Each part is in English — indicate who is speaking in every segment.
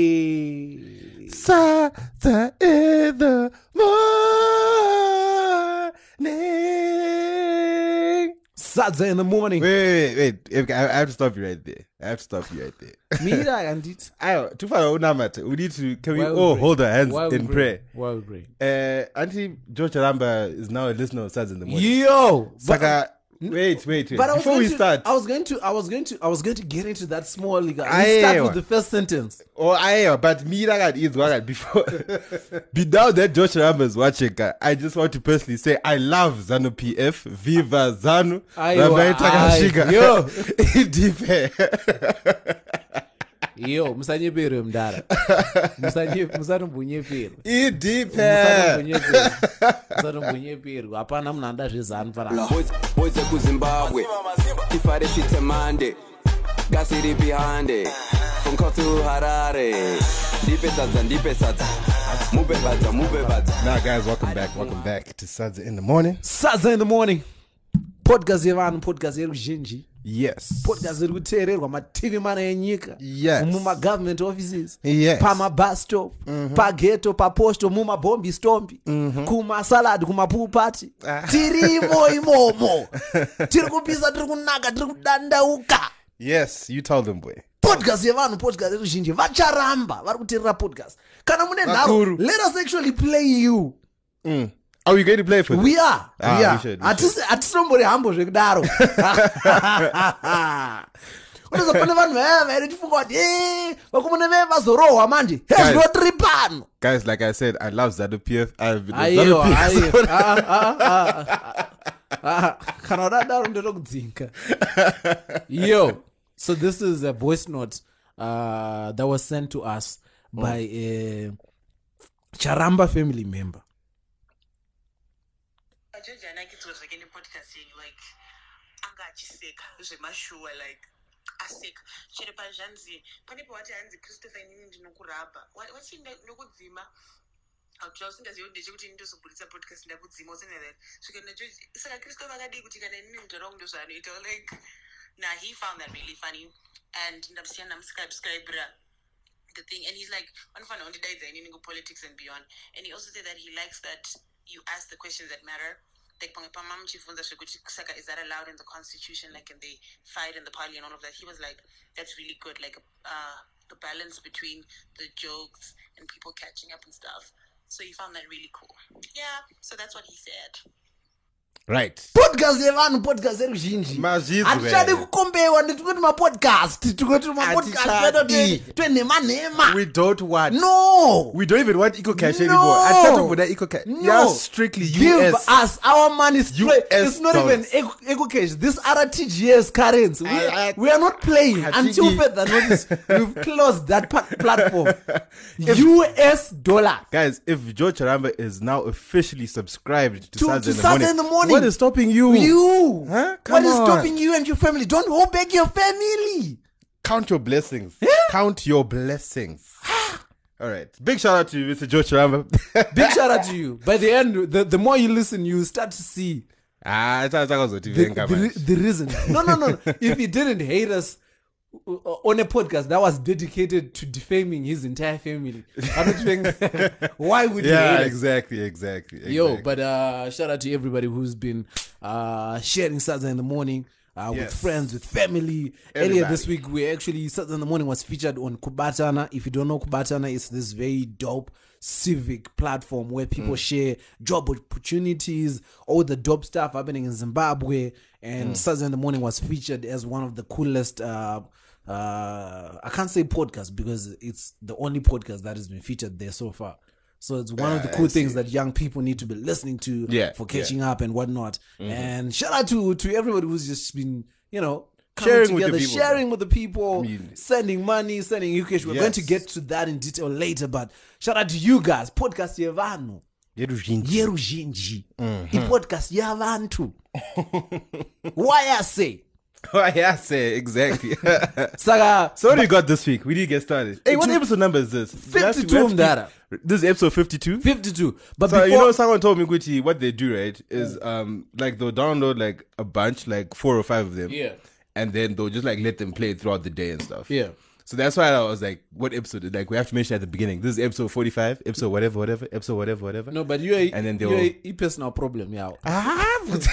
Speaker 1: Hey.
Speaker 2: Sata in the morning.
Speaker 1: sadza in the morning
Speaker 2: Wait, wait, wait. Eric, I, I have to stop you right there. I have to stop you right there.
Speaker 1: mira handiti
Speaker 2: I, too far, Unamata. We need to. Can we?
Speaker 1: Why we
Speaker 2: Oh,
Speaker 1: pray?
Speaker 2: hold our hands
Speaker 1: Why we
Speaker 2: in
Speaker 1: pray?
Speaker 2: prayer.
Speaker 1: Why we pray?
Speaker 2: Uh, Auntie George Aramba is now a listener of Sads in the morning.
Speaker 1: yo but-
Speaker 2: Saka, wait, wait, wait.
Speaker 1: But I was
Speaker 2: Before
Speaker 1: going
Speaker 2: we
Speaker 1: to,
Speaker 2: start,
Speaker 1: I was going to, I was going to, I was going to get into that small league.
Speaker 2: Aye,
Speaker 1: Let's start
Speaker 2: wa-
Speaker 1: with the first sentence.
Speaker 2: oh, I but me that guy is what I before. Be now that George Aramba is watching, guy, I just want to personally say I love Zanu PF. Viva Zanu.
Speaker 1: Aye,
Speaker 2: Ramai
Speaker 1: wa-
Speaker 2: Takashika.
Speaker 1: aye, yo.
Speaker 2: Indife.
Speaker 1: Iyo, musanyepere mdara. Musanye- musanombonyepera.
Speaker 2: Indife.
Speaker 1: Musanombonyepera. Musanombonyeperwa. Hapana munhu anoda zvezanu panapa.
Speaker 3: woze kuzimbabwe tifare chitemande gasi ripi hande from kotu harare ndipe sadza ndipe sadza mupe badza mupe badza
Speaker 2: Now, guys, welcome back. Welcome back to Sads in the morning.
Speaker 1: sadza in the morning podcast yevanhu podcast yeruzhinji
Speaker 2: Yes.
Speaker 1: podcast iri kuteererwa mativi mana enyika
Speaker 2: Yes.
Speaker 1: mumagovernment offices
Speaker 2: Yes. Mhm.
Speaker 1: pamabus stop pageto paposto mumabhombi stombi kumasalad kumapupati
Speaker 2: Ah.
Speaker 1: tirimo imomo tiri kupisa tiri kunaka tiri kudandauka
Speaker 2: Yes, you told them, boy.
Speaker 1: podcast yevanhu podcast yeruzhinji vacharamba vari kuteerera podcast kana mune nharo
Speaker 2: Vakuru.
Speaker 1: let us actually play you
Speaker 2: Mm. Are we going to play for this?
Speaker 1: we are
Speaker 2: Ah,
Speaker 1: we
Speaker 2: we
Speaker 1: are
Speaker 2: should, we
Speaker 1: Hatisi- hatisimbori hambo zvekudaro unoza pane vanhu vaya vairichifunga kuti "Eh, vakomana vee vazorohwa manje
Speaker 2: Guys.
Speaker 1: hezvino tiri pano
Speaker 2: Guys, like I said, I love Zanu PF. I've been with
Speaker 1: aiwa
Speaker 2: Zanu PF.
Speaker 1: Ah, kana udadaro ndoda kudzinga yo so this is a voice note uh, that was sent to us
Speaker 2: Mm.
Speaker 1: by a charamba family member
Speaker 4: ajeji anakidzwa zvake nepodcast yenyu like anga achiseka zvemashuwa like aseka chero pazvanzi pane pawati hanzi christopher inini ndinokurabha Wa- wati nda- nokudzima auta usingazivi kuti ndechekuti ini ndozoburitsa podcast ndakudzima usinaa saka najeji saka christopher akadii kuti kana inini ndorong ndo zvaanoita like nah he found that really funny and ndamusiya ndamusubscribera the thing and he's like unfana undidaidza inini kupolitics and beyond and he also said that he likes that you ask the questions that matter like pamwe pama muchibvunza zvekuti saka is that allowed in the constitution like and they fight in the party and all of that he was like that's really good like uh, the balance between the jokes and people catching up and stuff so he found that really cool yeah so that's what he said
Speaker 2: Right.
Speaker 1: podcast yevanhu podcast yeruzhinji
Speaker 2: Mazvidzi,
Speaker 1: hatichadi
Speaker 2: man.
Speaker 1: kukombewa ndetikuti mapodcast tikoti
Speaker 2: Hatichadi.
Speaker 1: mapodcast edu twenhema nhema
Speaker 2: We don't want.
Speaker 1: no
Speaker 2: We don't even want eco cash
Speaker 1: No.
Speaker 2: anymore. I thought about that eco cash.
Speaker 1: No.
Speaker 2: Yeah, strictly
Speaker 1: give
Speaker 2: US.
Speaker 1: us our money straight
Speaker 2: US
Speaker 1: it's not even
Speaker 2: dollars.
Speaker 1: eco- eco cash this rtgs currency we,
Speaker 2: I- I-
Speaker 1: we are not playing
Speaker 2: I think
Speaker 1: until
Speaker 2: he-
Speaker 1: further notice we've closed that pa- platform us dollar
Speaker 2: Guys, if George Charamba is now officially subscribed to,
Speaker 1: To-
Speaker 2: Saturday,
Speaker 1: to
Speaker 2: in the
Speaker 1: Saturday
Speaker 2: morning,
Speaker 1: in the morning.
Speaker 2: what is stopping you?
Speaker 1: you
Speaker 2: Huh?
Speaker 1: what
Speaker 2: Come
Speaker 1: is
Speaker 2: on.
Speaker 1: stopping you and your family don't hold back your family
Speaker 2: Count your blessings. Count your blessings. All right. Big shout out to you, Mr. George Charamba.
Speaker 1: big shout out to you by the end the, the more you listen you start to see
Speaker 2: ah, it's it's- it's-
Speaker 1: the,
Speaker 2: it's-
Speaker 1: the, re- the reason no no no no. if he didn't hate us uh, on a podcast that was dedicated to defaming his entire family I don't think why would he
Speaker 2: yeah,
Speaker 1: hate us?
Speaker 2: exactly, exactly. exactly.
Speaker 1: yo but uh shout out to everybody who's been uh sharing Saturday in the morning uh, with
Speaker 2: Yes.
Speaker 1: friends with family earlier this
Speaker 2: Everybody.
Speaker 1: week we actually Saturday in the morning was featured on kubatana if you don't know kubatana it's this very dope civic platform where
Speaker 2: Mm.
Speaker 1: people share job opportunities all the dope stuff happening in zimbabwe
Speaker 2: Mm.
Speaker 1: and Saturday in the morning was featured as one of the coolest uh uh i can't say podcast because it's the only podcast that has been featured there so far so it's one of the cool things that young people need to be listening to
Speaker 2: Ah, Yeah,
Speaker 1: for
Speaker 2: yeah. Mm-hmm.
Speaker 1: catching up and whatnot. And shout out to to everybody who's just been, you know, coming
Speaker 2: Sharing with the
Speaker 1: together,
Speaker 2: people,
Speaker 1: sharing with the people,
Speaker 2: mean-
Speaker 1: sending money, sending you cash. We're going to
Speaker 2: Yes.
Speaker 1: get to that in detail later, but shout out to you guys. Podcast Yevano.
Speaker 2: yeah.
Speaker 1: Yeruzhinji.
Speaker 2: Mhm.
Speaker 1: Podcast Yavantu. Why I say.
Speaker 2: Oh, I say exactly.
Speaker 1: Saga
Speaker 2: So what do you got this week? We did get started. Hey, what
Speaker 1: Two-
Speaker 2: episode number is this? We have to- we
Speaker 1: 52
Speaker 2: have to
Speaker 1: Mdara.
Speaker 2: keep- This is episode fifty-two.
Speaker 1: 52. But
Speaker 2: So
Speaker 1: before
Speaker 2: you know, someone told me Gucci what they do right is um like they'll download like a bunch, like four or five of them,
Speaker 1: Yeah.
Speaker 2: and then they'll just like let them play throughout the day and stuff.
Speaker 1: Yeah.
Speaker 2: So that's why I was like, what episode? Like, we have to mention at the beginning. This is episode 45, episode whatever, whatever, episode whatever, whatever.
Speaker 1: No, but you're a,
Speaker 2: And then they
Speaker 1: you're
Speaker 2: will-
Speaker 1: a personal problem, yeah.
Speaker 2: Ah, but-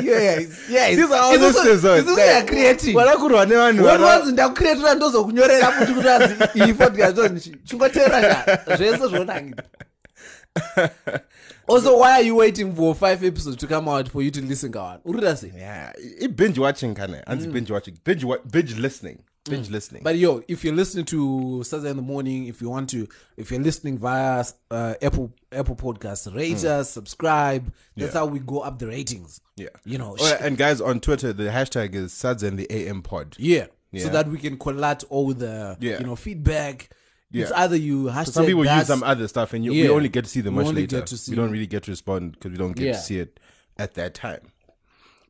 Speaker 1: yeah, yeah.
Speaker 2: These are all those things. uh, though.
Speaker 1: This
Speaker 2: Like,
Speaker 1: is creating.
Speaker 2: wada kurwa nevanhu
Speaker 1: What
Speaker 2: vana-
Speaker 1: was ndakucreatira ndozokunyorera kuti kuti anzi iyi podcast onzi chingoteera nya zvese zvonangidza also why are you waiting for five episodes to come out for you to listen kawan urita sei
Speaker 2: Yeah, i- i- binge watching kana anzi binge watching binge, wa- binge listening binge listening
Speaker 1: Mm. But yo, if you're listening to Saturday in the morning, if you want to, if you're listening via uh, Apple Apple Podcasts, rate us, subscribe. That's
Speaker 2: Hmm. Yeah.
Speaker 1: how we go up the ratings.
Speaker 2: yeah
Speaker 1: you know,
Speaker 2: Oh,
Speaker 1: sh-
Speaker 2: and guys on twitter the hashtag is suds and the am pod
Speaker 1: yeah.
Speaker 2: Yeah.
Speaker 1: so that we can collate all the
Speaker 2: Yeah.
Speaker 1: you know feedback. It's
Speaker 2: Yeah.
Speaker 1: either you hashtag
Speaker 2: some people use
Speaker 1: that's-
Speaker 2: some other stuff and you, we
Speaker 1: Yeah.
Speaker 2: only get to see them
Speaker 1: We
Speaker 2: much
Speaker 1: only
Speaker 2: later
Speaker 1: get to see-
Speaker 2: we don't really get to respond because we don't get to
Speaker 1: Yeah.
Speaker 2: see it at that time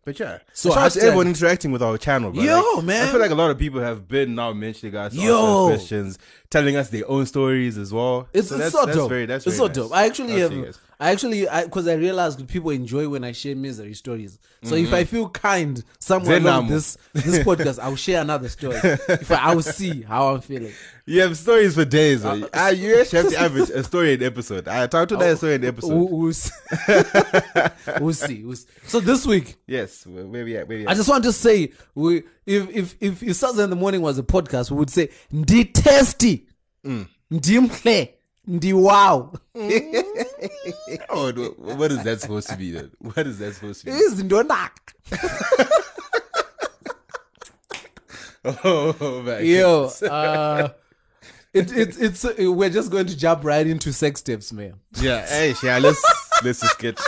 Speaker 2: but yeah
Speaker 1: So
Speaker 2: shout out to
Speaker 1: hashtag-
Speaker 2: everyone interacting with our channel bro.
Speaker 1: Yo,
Speaker 2: Like, i
Speaker 1: man.
Speaker 2: feel like a lot of people have been now mentioning us asking
Speaker 1: Yo.
Speaker 2: questions telling us their own stories as well
Speaker 1: It's,
Speaker 2: so
Speaker 1: it's
Speaker 2: that's,
Speaker 1: so
Speaker 2: that's
Speaker 1: dope.
Speaker 2: very that's
Speaker 1: it's
Speaker 2: very
Speaker 1: so
Speaker 2: nice.
Speaker 1: dope. I actually
Speaker 2: Shout out
Speaker 1: have.
Speaker 2: to you guys.
Speaker 1: I actually, because I, realized people enjoy when I share misery stories. So if I feel kind somewhere
Speaker 2: Mm-hmm. Then
Speaker 1: along
Speaker 2: I'm-
Speaker 1: this this podcast, I'll share another story. if I, I will see how I'm feeling.
Speaker 2: You have stories for days. Uh, uh, you actually have to have a, a story an episode. I talked
Speaker 1: Oh,
Speaker 2: to that story an
Speaker 1: We'll,
Speaker 2: episode.
Speaker 1: we'll see. we'll see. We'll see. So this week,
Speaker 2: Yes, where where we at? Where we
Speaker 1: I
Speaker 2: at?
Speaker 1: just want to say, we if if if, if Saturday in the morning was a podcast, we would say ndi tasty,
Speaker 2: Mm.
Speaker 1: ndimhle, ndi wow.
Speaker 2: Oh, wh- what is that supposed to be? Then? What is that supposed to be?
Speaker 1: Izindonaka.
Speaker 2: Oh my
Speaker 1: Yo,
Speaker 2: goodness.
Speaker 1: uh, it, it, it's uh, we're just going to jump right into sex tips, man.
Speaker 2: yeah. Hey, yeah. Let's let's just get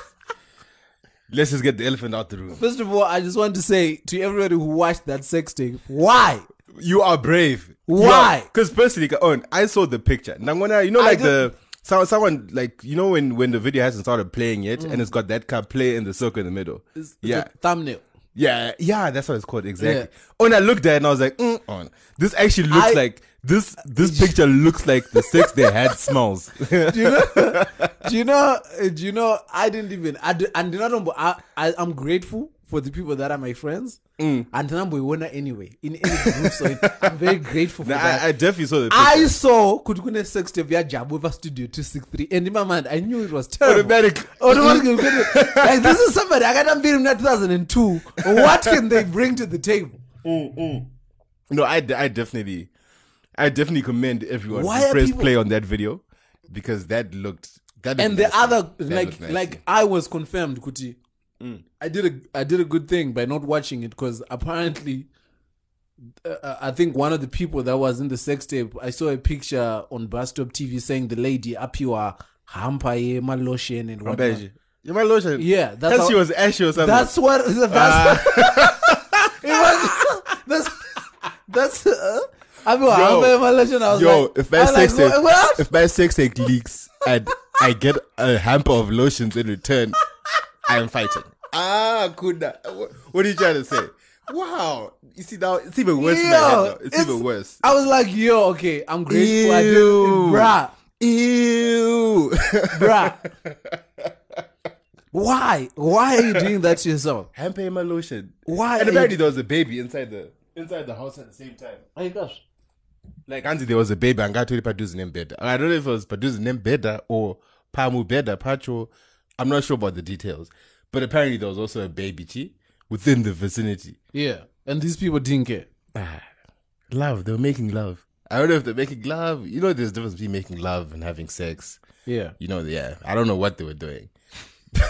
Speaker 2: let's just get the elephant out the room.
Speaker 1: First of all, I just want to say to everybody who watched that sex tape, why?
Speaker 2: You are brave.
Speaker 1: Why?
Speaker 2: Because personally, ka- on I saw the picture. Nangwana, you know,
Speaker 1: I
Speaker 2: like the
Speaker 1: didn't-
Speaker 2: so, someone like you know when when the video hasn't started playing yet and it's got that card play in the circle in the middle. yeah.
Speaker 1: The thumbnail.
Speaker 2: Yeah, yeah, that's what it's called exactly.
Speaker 1: Yeah.
Speaker 2: Oh, and I looked at it and I was like, mm, on this actually looks
Speaker 1: I-
Speaker 2: like this. This picture looks like the sex they had smells.
Speaker 1: Do you know? do you know? uh, Do you know? I didn't even. I do, and not know, I, I I'm grateful for the people that are my friends. Mm. And number one anyway in any group, so it, I'm very grateful for
Speaker 2: Nah,
Speaker 1: that.
Speaker 2: I, I definitely saw the picture.
Speaker 1: I saw kuti kune sex tape yajabuva studio 263 and in my mind i knew it was terrible
Speaker 2: Automatic.
Speaker 1: automatically because, like this is somebody akaita mbiri muna 2002 what can they bring to the table
Speaker 2: No, I, de- I definitely, I definitely commend everyone
Speaker 1: Why
Speaker 2: who
Speaker 1: are
Speaker 2: pressed
Speaker 1: people-
Speaker 2: play on that video because that looked that.
Speaker 1: and
Speaker 2: looked
Speaker 1: the
Speaker 2: nasty.
Speaker 1: other
Speaker 2: That
Speaker 1: like
Speaker 2: looked nasty.
Speaker 1: like i was confirmed kuti i did a i did a good thing by not watching it because apparently uh, uh, I think one of the people that was in the sex tape, I saw a picture on Bus Stop TV saying the lady apiwa hampa ye malotion eh, and
Speaker 2: I'm
Speaker 1: whatnot.
Speaker 2: bad. You're my lotion.
Speaker 1: Yeah, that's
Speaker 2: Hell,
Speaker 1: how-
Speaker 2: she was ashy or something.
Speaker 1: That's what.
Speaker 2: Uh.
Speaker 1: That's. It was- that's. That's. Uh, I mean,
Speaker 2: Yo.
Speaker 1: I'm very malicious, and I was
Speaker 2: Yo,
Speaker 1: like,
Speaker 2: if
Speaker 1: I
Speaker 2: my
Speaker 1: was like,
Speaker 2: sex tape,
Speaker 1: what- what?
Speaker 2: if my sex tape leaks and I get a hamper of lotions in return, I am fighting. Ah, kuda. Wha- What are you trying to say? Wow, you see now it's even worse. in my head
Speaker 1: Yo,
Speaker 2: now. It's, even worse.
Speaker 1: I was like, yo, okay, I'm grateful. I did,
Speaker 2: Ew.
Speaker 1: bruh,
Speaker 2: Ew.
Speaker 1: bruh. Why? Why are you doing that to yourself?
Speaker 2: hamper in my lotion.
Speaker 1: Why
Speaker 2: And
Speaker 1: are
Speaker 2: apparently
Speaker 1: you-
Speaker 2: there was a baby inside the inside the house at the same time.
Speaker 1: Oh, My gosh.
Speaker 2: Like Anzi, there was a baby and got to Padu's name better. I don't know if it was Padu's name better or Pamu better, Pacho. I'm not sure about the details. But apparently there was also a baby chi within the vicinity.
Speaker 1: Yeah, and these people didn't care.
Speaker 2: Love, they were making love. I don't know if they're making love. You know there's a difference between making love and having sex.
Speaker 1: Yeah.
Speaker 2: You know, yeah. I don't know what they were doing.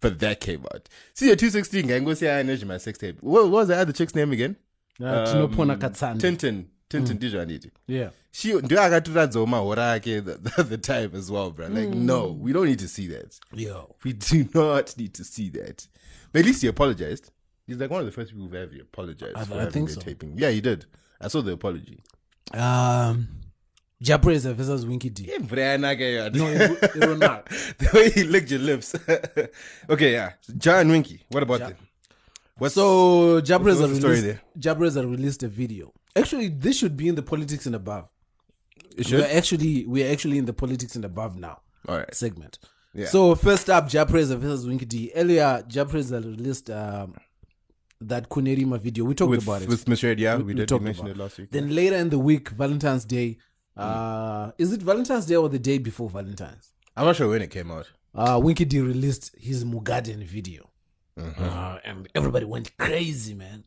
Speaker 2: but that came out. See your 216 gang go see I energy my sex tape. What, what was the other chick's name again?
Speaker 1: Uh,
Speaker 2: Um,
Speaker 1: tinopona katsani.
Speaker 2: Tintin.
Speaker 1: Mm.
Speaker 2: Tintin Dijaniti.
Speaker 1: yeah.
Speaker 2: she ndiyo akatiradzawo mahora ake the, the, the time as well bro
Speaker 1: Mm.
Speaker 2: like no we don't need to see that
Speaker 1: Yo.
Speaker 2: we do not need to see that but at least he apologized he's like one of the first people who ever apologized
Speaker 1: I-
Speaker 2: for
Speaker 1: I
Speaker 2: having
Speaker 1: think
Speaker 2: the
Speaker 1: so.
Speaker 2: taping yeah he did i saw the apology
Speaker 1: Um, Jabreza versus Winky D.
Speaker 2: imvura yanaka iyo.
Speaker 1: No, it, wa- it will not.
Speaker 2: the way he licked your lips okay yeah john winky what about
Speaker 1: Ja-
Speaker 2: them what's
Speaker 1: So Jabreza
Speaker 2: what's the story
Speaker 1: released, Jabreza released a video. Actually, this should be in the politics and above.
Speaker 2: it should?
Speaker 1: We're actually we're actually in the politics and above now
Speaker 2: all right
Speaker 1: segment.
Speaker 2: Yeah.
Speaker 1: So first up, Jabreza versus Winky D. Earlier, Jabreza released um, that Kunerima video. We talked
Speaker 2: with
Speaker 1: about it.
Speaker 2: with Miss Red, yeah, we,
Speaker 1: we
Speaker 2: did we
Speaker 1: talked
Speaker 2: mentioned it
Speaker 1: about.
Speaker 2: last week. Mm.
Speaker 1: Then later in the week, Valentine's Day. Uh, is it Valentine's Day or the day before Valentine's?
Speaker 2: I'm not sure when it came out.
Speaker 1: Uh, Winky D released his Mugaden video.
Speaker 2: Mm-hmm.
Speaker 1: Uh, and everybody went crazy, man.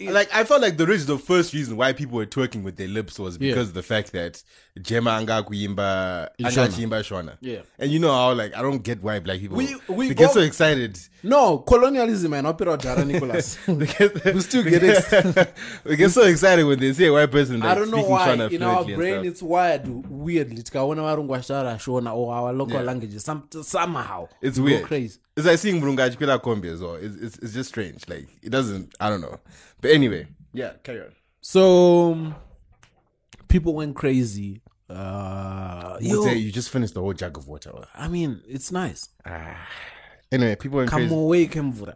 Speaker 2: Like I felt like the reason, the first reason why people were twerking with their lips was because of the fact that Gemma Angakuyimba
Speaker 1: Shona.
Speaker 2: Angakuyimba Shona.
Speaker 1: Yeah.
Speaker 2: And you know how like I don't get why black people
Speaker 1: We- we
Speaker 2: they get
Speaker 1: go-
Speaker 2: so excited.
Speaker 1: No, colonialism and opera Dara Nicholas.
Speaker 2: They get-
Speaker 1: We still get ex-
Speaker 2: we get so excited when they see a white person like,
Speaker 1: I don't know
Speaker 2: speaking
Speaker 1: why.
Speaker 2: Shona
Speaker 1: In our
Speaker 2: fluently and
Speaker 1: brain,
Speaker 2: stuff.
Speaker 1: it's wired weirdly. Tikaona varungu vachitaura Shona or our local
Speaker 2: Yeah.
Speaker 1: languages some, somehow.
Speaker 2: It's
Speaker 1: We go
Speaker 2: weird.
Speaker 1: crazy.
Speaker 2: It's like seeing Murunga Chikwila Kombi as well. It's, it's, it's just strange. Like, it doesn't, I don't know. But anyway, yeah, carry on.
Speaker 1: So um, people went crazy. Uh, yo,
Speaker 2: Mute, you just finished the whole jug of water.
Speaker 1: I mean, it's nice.
Speaker 2: Anyway, people went
Speaker 1: Come
Speaker 2: crazy.
Speaker 1: away, Kemvura.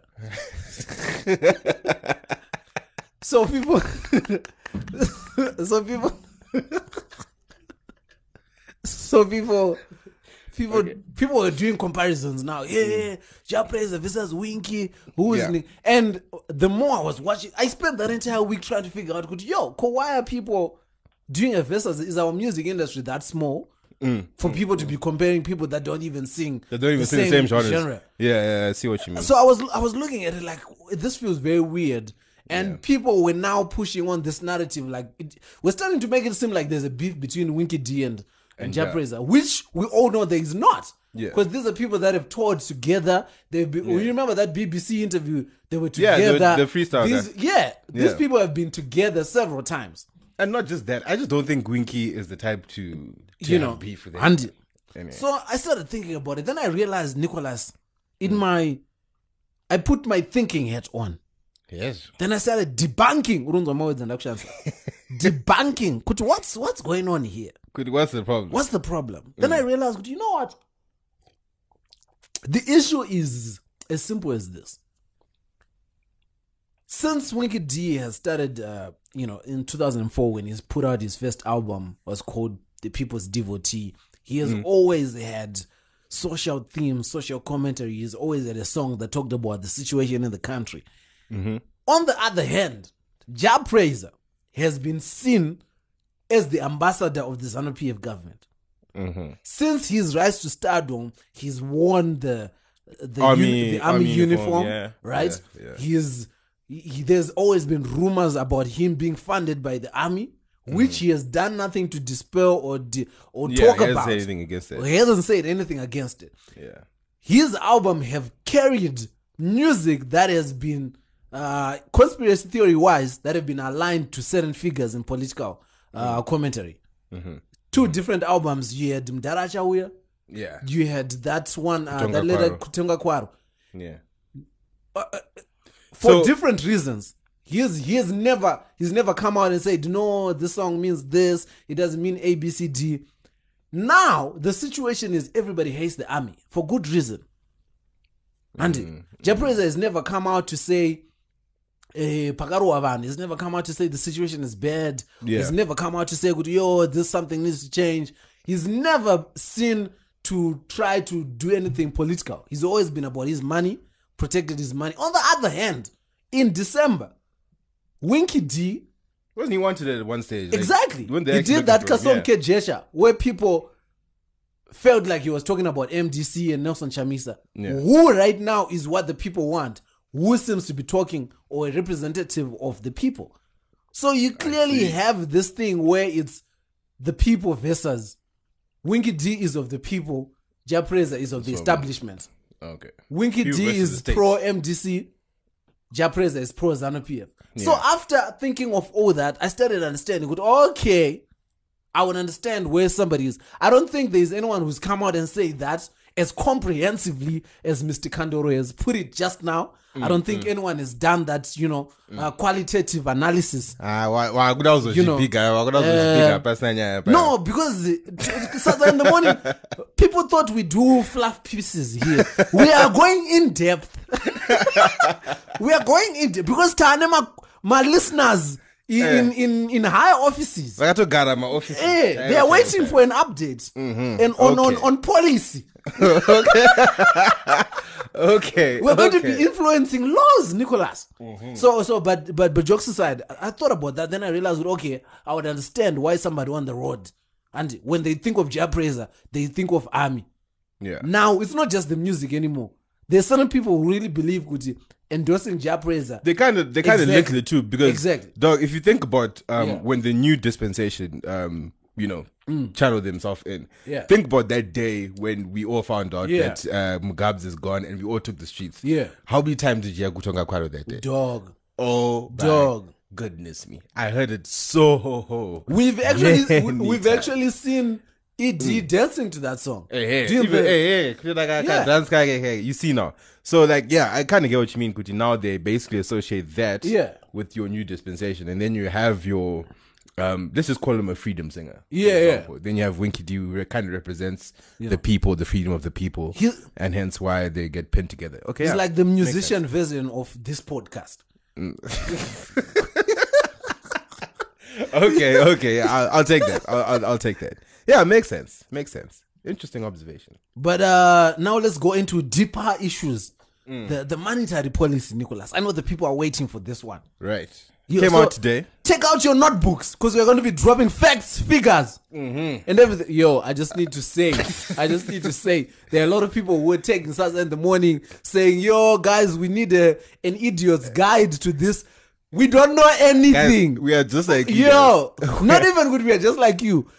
Speaker 1: so people, so people, so people, people, people are doing comparisons now. Yeah, yeah, yeah. Japanese versus Winky. Who is
Speaker 2: Yeah.
Speaker 1: Ni- and the more I was watching, I spent that entire week trying to figure out, could yo, ko- why are people doing a versus? Is our music industry that small? For people to be comparing people that don't even sing,
Speaker 2: They Mm. don't even see the same genres.
Speaker 1: genre.
Speaker 2: Yeah, yeah, yeah, I see what you mean.
Speaker 1: So I was I was looking at it like this feels very weird. And people were now pushing on this narrative, like it, we're starting to make it seem like there's a beef between Winky D and and
Speaker 2: yeah.
Speaker 1: Japreza, which we all know there is not.
Speaker 2: uh, Yeah.
Speaker 1: Because these are people that have toured together. They've been, you remember that BBC interview? They were
Speaker 2: Yeah,
Speaker 1: together.
Speaker 2: they were- they freestyled
Speaker 1: These,
Speaker 2: that.
Speaker 1: yeah, these
Speaker 2: Yeah.
Speaker 1: people have been together several times.
Speaker 2: and not just that, I just don't think Winky is the type to, to
Speaker 1: you
Speaker 2: have
Speaker 1: know,
Speaker 2: beef with
Speaker 1: and
Speaker 2: Anyway.
Speaker 1: so I started thinking about it. Then I realized, Nicholas, in my, I put my thinking hat on.
Speaker 2: Yes.
Speaker 1: then i started debunking urunzwa maudzi ndakushandisa debunking kuti what's, what's going on here
Speaker 2: Good, what's the problem?
Speaker 1: what's the problem then i realized kuti you know what the issue is as simple as this since winky d has started uh, you know in 2004 when he's put out his first album was called the people's devotee he has always had social themes social commentary he's always had a song that talked about the situation in the country on the other hand, Jah Praiser has been seen as the ambassador of the ZANU PF government.
Speaker 2: Mm-hmm.
Speaker 1: Since his rise to stardom, he's worn the the
Speaker 2: Army-
Speaker 1: uni- the army,
Speaker 2: army
Speaker 1: uniform,
Speaker 2: uniform, yeah,
Speaker 1: right?
Speaker 2: yeah, yeah.
Speaker 1: He's he, there's always been rumors about him being funded by the army, which he has done nothing to dispel or de- or
Speaker 2: Mm-hmm. yeah,
Speaker 1: talk
Speaker 2: I can't
Speaker 1: about.
Speaker 2: say anything against that.
Speaker 1: He hasn't said anything against it
Speaker 2: Yeah.
Speaker 1: his album have carried music that has been uh, conspiracy theory wise that have been aligned to certain figures in political uh,
Speaker 2: Mm-hmm.
Speaker 1: commentary. Two different albums you had Mdara Chawuya,
Speaker 2: Yeah.
Speaker 1: you had that one uh,
Speaker 2: Kutonga
Speaker 1: that later
Speaker 2: Kwaro.
Speaker 1: Kutonga Kwaro.
Speaker 2: Yeah.
Speaker 1: For
Speaker 2: So-
Speaker 1: different reasons. He has, he has never he's never come out and said no this song means this it doesn't mean A B C D. Now the situation is everybody hates the army for good reason. Andy, mm. has never come out to say eh, pakaro wavanhu he's never come out to say the situation is bad
Speaker 2: Yeah.
Speaker 1: he's never come out to say good yo this something needs to change he's never seen to try to do anything political he's always been about his money protected his money on the other hand in december winky d
Speaker 2: Wasn't he wanted at one stage? like,
Speaker 1: exactly
Speaker 2: when they
Speaker 1: he
Speaker 2: actually
Speaker 1: did that
Speaker 2: looked for him,
Speaker 1: kasonke gesture where people felt like he was talking about mdc and nelson chamisa
Speaker 2: Yeah.
Speaker 1: who right now is what the people want who seems to be talking or a representative of the people so you clearly
Speaker 2: see.
Speaker 1: have this thing where it's the people versus winky d is of the people japreza is of the establishment
Speaker 2: yeah. Okay.
Speaker 1: Winky
Speaker 2: Few
Speaker 1: D
Speaker 2: versus the
Speaker 1: is
Speaker 2: states.
Speaker 1: pro MDC, Japreza is pro ZANU PF. So after thinking of all that, I started understanding. Good, okay, I would understand where somebody is. I don't think there is anyone who's come out and say that as comprehensively as Mr. Kandoro has put it just now. I don't
Speaker 2: Mm-hmm.
Speaker 1: think anyone has done that, you know, uh, qualitative analysis.
Speaker 2: Ah, wa- wa- that was a
Speaker 1: You know,
Speaker 2: GP guy. wa- that was a
Speaker 1: eh,
Speaker 2: GP guy, person, yeah, but-
Speaker 1: No, because t- t- Saturday in the morning, people thought we do fluff pieces here. We are going in depth. we are going in depth because Tane, my, my listeners in,
Speaker 2: Eh.
Speaker 1: in, in, in higher offices
Speaker 2: vakatogara maofisi
Speaker 1: Eh, they are waiting for an update and on, on,
Speaker 2: Mm-hmm. Okay.
Speaker 1: on policy
Speaker 2: okay
Speaker 1: we're going to
Speaker 2: okay. Mm-hmm.
Speaker 1: be influencing laws nicholas so so but but but jokes aside I, I thought about that then i realized okay i would understand why somebody on the road and when they think of Japraiser, they think of army
Speaker 2: yeah
Speaker 1: now it's not just the music anymore there's certain people who really believe kuti endorsing Japraiser.
Speaker 2: they kind of they kind of
Speaker 1: Exactly.
Speaker 2: link the two because
Speaker 1: Exactly.
Speaker 2: dog if you think about um
Speaker 1: Yeah. Mm.
Speaker 2: when the new dispensation um you know channeled themselves in
Speaker 1: Yeah.
Speaker 2: think about that day when we all found out
Speaker 1: Yeah.
Speaker 2: that uh, Mugabs is gone and we all took the streets
Speaker 1: Yeah.
Speaker 2: how many times did Yagutonga Kwaro that day
Speaker 1: dog
Speaker 2: oh my
Speaker 1: Dog.
Speaker 2: goodness me I heard it so ho ho
Speaker 1: we've actually we,
Speaker 2: Many
Speaker 1: we've
Speaker 2: times.
Speaker 1: actually seen ed dancing to that song
Speaker 2: Hey, hey,
Speaker 1: Doing
Speaker 2: Hmm. Eh, even,
Speaker 1: the-
Speaker 2: hey, hey, kudo like I can
Speaker 1: Yeah.
Speaker 2: dance, like, hey, hey, you see now. So, like, yeah, I kind of get what you mean, Kuti. Now they basically associate that
Speaker 1: Yeah.
Speaker 2: with your new dispensation. And then you have your, um, let's just call him a freedom singer. for
Speaker 1: Yeah, yeah.
Speaker 2: example. Then you have Winky D, who kind of represents the people, the freedom of the people.
Speaker 1: He-
Speaker 2: and hence why they get pinned together. Okay.
Speaker 1: It's
Speaker 2: yeah.
Speaker 1: like the musician version of this podcast.
Speaker 2: okay, okay. yeah, I'll, I'll take that. I'll, I'll, I'll take that. Yeah, makes sense. Makes sense. Interesting observation.
Speaker 1: But uh, now let's go into deeper issues.
Speaker 2: Hmm.
Speaker 1: The, the monetary policy, Nicholas. I know the people are waiting for this one.
Speaker 2: Right.
Speaker 1: You-
Speaker 2: Came
Speaker 1: so
Speaker 2: out today.
Speaker 1: Take out your notebooks because we're going to be dropping facts, figures,
Speaker 2: Mm-hmm.
Speaker 1: and everything. Yo, I just need to say, I just need to say, there are a lot of people who are taking us in the morning saying, "Yo, guys, we need a, an idiot's guide to this. We don't know
Speaker 2: Guys,
Speaker 1: anything."
Speaker 2: we are just like you
Speaker 1: Yo,
Speaker 2: guys.
Speaker 1: not even good. We are just like you.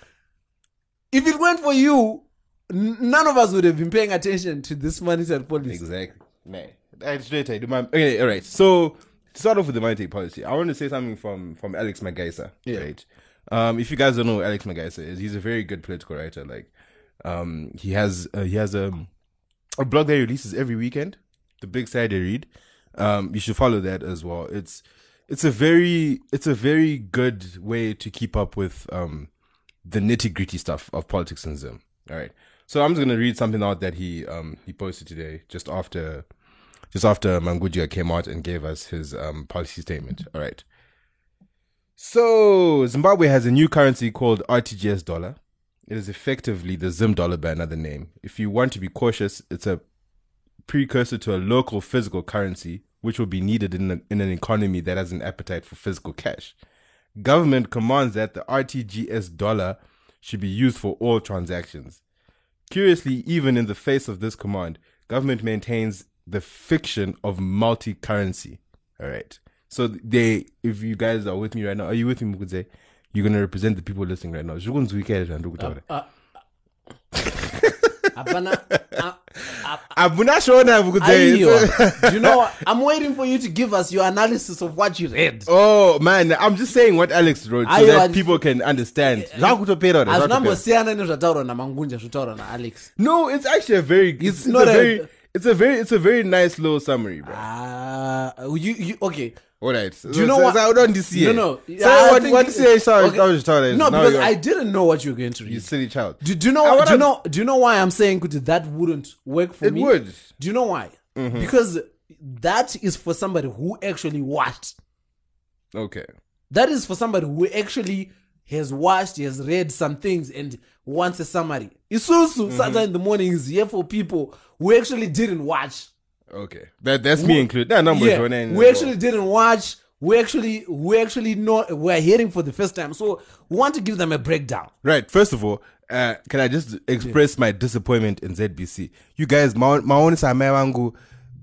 Speaker 1: If it weren't for you, n- none of us would have been paying attention to this monetary policy.
Speaker 2: Exactly. Man. That's straight. eh, the man- Okay, all right. So to start off with the monetary policy, I want to say something from from Alex Magaisa.
Speaker 1: Yeah.
Speaker 2: Right. Um, if you guys don't know who Alex Magaisa is, he's a very good political writer. Like, um, he has uh, he has a a blog that he releases every weekend. The big side I read. Um, you should follow that as well. It's it's a very it's a very good way to keep up with um the nitty gritty stuff of politics and Zim. All right. So I'm just gonna read something out that he um he posted today just after just after Mangujia came out and gave us his um policy statement. All right. So Zimbabwe has a new currency called RTGS dollar. It is effectively the Zim dollar by another name. If you want to be cautious, it's a precursor to a local physical currency, which will be needed in, a, in an economy that has an appetite for physical cash. Government commands that the RTGS dollar should be used for all transactions. Curiously, even in the face of this command, government maintains the fiction of multi-currency. All right. So they, if you guys are with me right now, are you with me, Mukudze? You're gonna represent the people listening right now. Zvikunzwikira zvandikutaura.
Speaker 1: Abana, uh,
Speaker 2: Abuna Ah, shona, Mukudze.
Speaker 1: aiwa. Do you know what? I'm waiting for you to give us your analysis of what you read.
Speaker 2: Oh man, I'm just saying what Alex wrote so
Speaker 1: Aiwa,
Speaker 2: that
Speaker 1: ndi-
Speaker 2: people can understand. Zvakutopera, zvakutopera.
Speaker 1: azvinambosiyana nezvataurwa namangunja zvotaurwa naalex
Speaker 2: No, it's actually a very. It's,
Speaker 1: It's
Speaker 2: it's
Speaker 1: not
Speaker 2: a
Speaker 1: a-
Speaker 2: very. It's a very. It's a very nice little summary, bro.
Speaker 1: Ah, you, you, okay
Speaker 2: All right. Do
Speaker 1: you know what-
Speaker 2: I don't this year.
Speaker 1: no no
Speaker 2: So what?
Speaker 1: think-
Speaker 2: What this year? Sorry,
Speaker 1: okay.
Speaker 2: I was talking.
Speaker 1: no because i didn't know what you were going to read
Speaker 2: You silly child.
Speaker 1: Do, do you know?
Speaker 2: I
Speaker 1: Why, do you
Speaker 2: wanna-
Speaker 1: know? Do you know why I'm saying kuti that wouldn't work for
Speaker 2: It
Speaker 1: me?
Speaker 2: would. Mm-hmm.
Speaker 1: Do you know why? Because that is for somebody who actually watched.
Speaker 2: Okay.
Speaker 1: That is for somebody who actually has watched, has read some things, and wants a summary. Isusu Saturday in the morning is here for people who actually didn't watch.
Speaker 2: Okay. That that's me included. That number
Speaker 1: yeah,
Speaker 2: is running.
Speaker 1: we actually didn't watch. We actually, we actually know we're hearing for the first time. So we want to give them a breakdown.
Speaker 2: Right. First of all, uh, can I just express my disappointment in ZBC? You guys, my my own Samayangu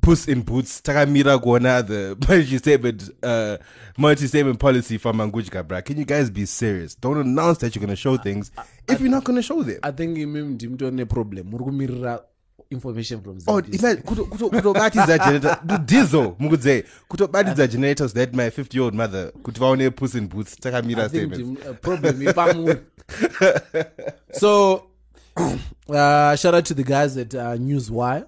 Speaker 2: puss in boots, Takamira Gwana, the monetary statement, uh, monetary statement policy from Mangujika, bra. Can you guys be serious? Don't announce that you're going to show things if you're not going to show them.
Speaker 1: I think imimi ndimtone problem. Muri kumirira information from
Speaker 2: Oh,
Speaker 1: ZBC.
Speaker 2: imagine kuto- kuto- kutobatidza generator the diesel mukudze kutobatidza generators that my 50 year old mother kuti vaone puss in boots
Speaker 1: I
Speaker 2: takamira
Speaker 1: think
Speaker 2: statements
Speaker 1: Jim- uh, problem ipamuri. so uh, shout out to the guys at uh, Newswire.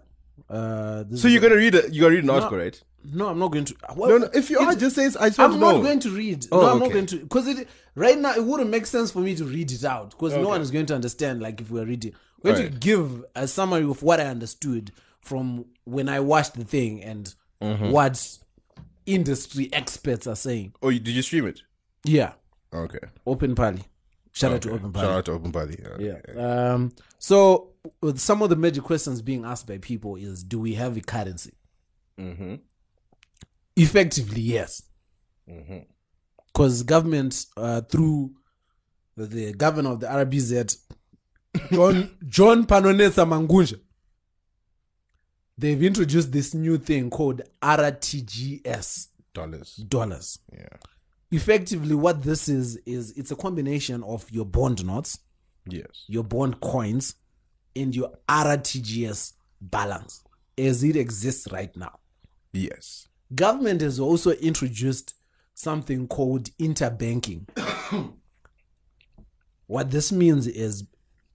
Speaker 1: Uh, this
Speaker 2: so
Speaker 1: is-
Speaker 2: you're gonna read a, you're gonna read an article
Speaker 1: No.
Speaker 2: right
Speaker 1: no, I'm not going to. uh, Well,
Speaker 2: no no if you are
Speaker 1: it-
Speaker 2: just say I just want
Speaker 1: I'm
Speaker 2: to know
Speaker 1: not going to read.
Speaker 2: Oh,
Speaker 1: no, I'm not
Speaker 2: okay.
Speaker 1: going to because it right now it wouldn't make sense for me to read it out because no
Speaker 2: Okay.
Speaker 1: one is going to understand. Like if we're reading, we're going to
Speaker 2: Alright.
Speaker 1: give a summary of what I understood from when I watched the
Speaker 2: Mm-hmm.
Speaker 1: thing and what industry experts are saying.
Speaker 2: oh you, did you stream it
Speaker 1: yeah
Speaker 2: Okay.
Speaker 1: open pali shout out to
Speaker 2: Okay.
Speaker 1: open
Speaker 2: Shout
Speaker 1: pali
Speaker 2: out to Open Body.
Speaker 1: yeah um so with some of the major questions being asked by people is do we have a currency
Speaker 2: Mm-hmm.
Speaker 1: effectively yes
Speaker 2: Mhm.
Speaker 1: because government uh, through the governor of the rbz john john panonesa mangunja they've introduced this new thing called rtgs
Speaker 2: Dollars.
Speaker 1: dollars
Speaker 2: Yeah.
Speaker 1: effectively what this is is it's a combination of your bond notes
Speaker 2: Yes.
Speaker 1: your bond coins and your rtgs balance as it exists right now
Speaker 2: Yes.
Speaker 1: government has also introduced something called interbanking. what this means is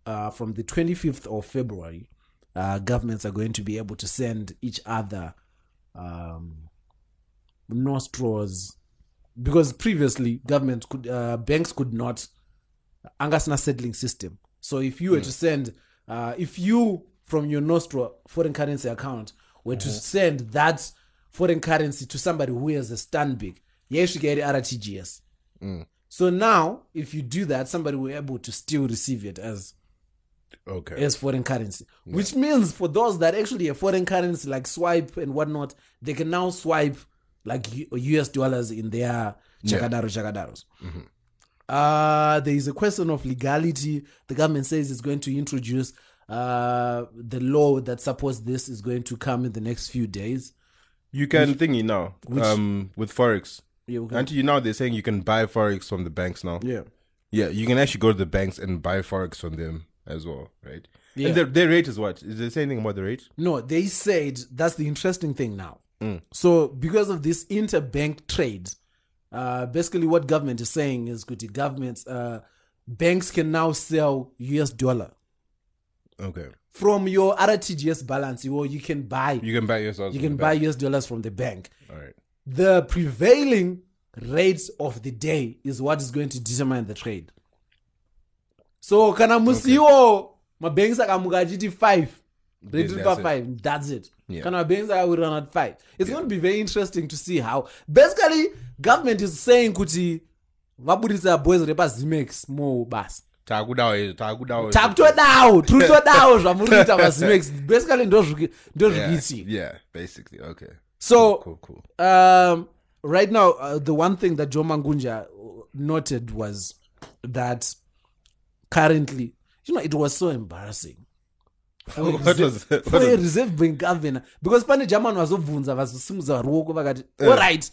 Speaker 1: uh, from the 25th of February, uh, governments are going to be able to send each other um, nostrils because previously government could uh, banks could not angasna settling system so if you were to send uh, if you from your nostro foreign currency account were to send that foreign currency to somebody who has a stanbic yaisvika iri rtgs so now if you do that somebody will be able to still receive it as
Speaker 2: Okay.
Speaker 1: as foreign currency which means for those that actually have foreign currency like swipe and whatnot they can now swipe like U- us dollars in their chakadaro chakadaros uh, there is a question of legality the government says it's going to introduce uh, the law that supports this is going to come in the next few days
Speaker 2: You can thingy now. Um, with forex.
Speaker 1: Yeah, we can-
Speaker 2: Aren't you now? They're saying you can buy forex from the banks now.
Speaker 1: yeah
Speaker 2: Yeah, you can actually go to the banks and buy forex from them as well, right?
Speaker 1: Yeah.
Speaker 2: And their, their rate is what? Is there anything about the rate?
Speaker 1: No, they said that's the interesting thing now. So because of this interbank trade, uh, basically what government is saying is good. Governments, uh, banks can now sell U.S. dollar
Speaker 2: Okay.
Speaker 1: from your RTGS balance. Or you can buy you,
Speaker 2: You can buy yourself.
Speaker 1: can buy U.S. dollars from the bank.
Speaker 2: All right.
Speaker 1: The prevailing rates of the day is what is going to determine the trade. So kana musiwo mabanks akamuka achiti five
Speaker 2: Then
Speaker 1: rated
Speaker 2: that's
Speaker 1: by
Speaker 2: it.
Speaker 1: five. That's it.
Speaker 2: Yeah.
Speaker 1: Can our beings are we run at five? It's going to be very interesting to see how basically government is saying kuti vaburitsa boys repazimex more bas
Speaker 2: Takudawo is- takudawo is-
Speaker 1: takutodawo tiri todawo zvamurikuita pazimex basically ndozviki-
Speaker 2: Yeah,
Speaker 1: ndozvikiitika
Speaker 2: yeah, basically. Okay.
Speaker 1: So-
Speaker 2: cool, cool.
Speaker 1: um, right now, uh, the one thing that Joe Mangunja noted was that currently, you know, it was so embarrassing. For a
Speaker 2: What
Speaker 1: reserve-
Speaker 2: was that?
Speaker 1: for
Speaker 2: What
Speaker 1: a
Speaker 2: was-
Speaker 1: reserve bank governor because pane german vazobvunza vazosimudza ruoko vakati all right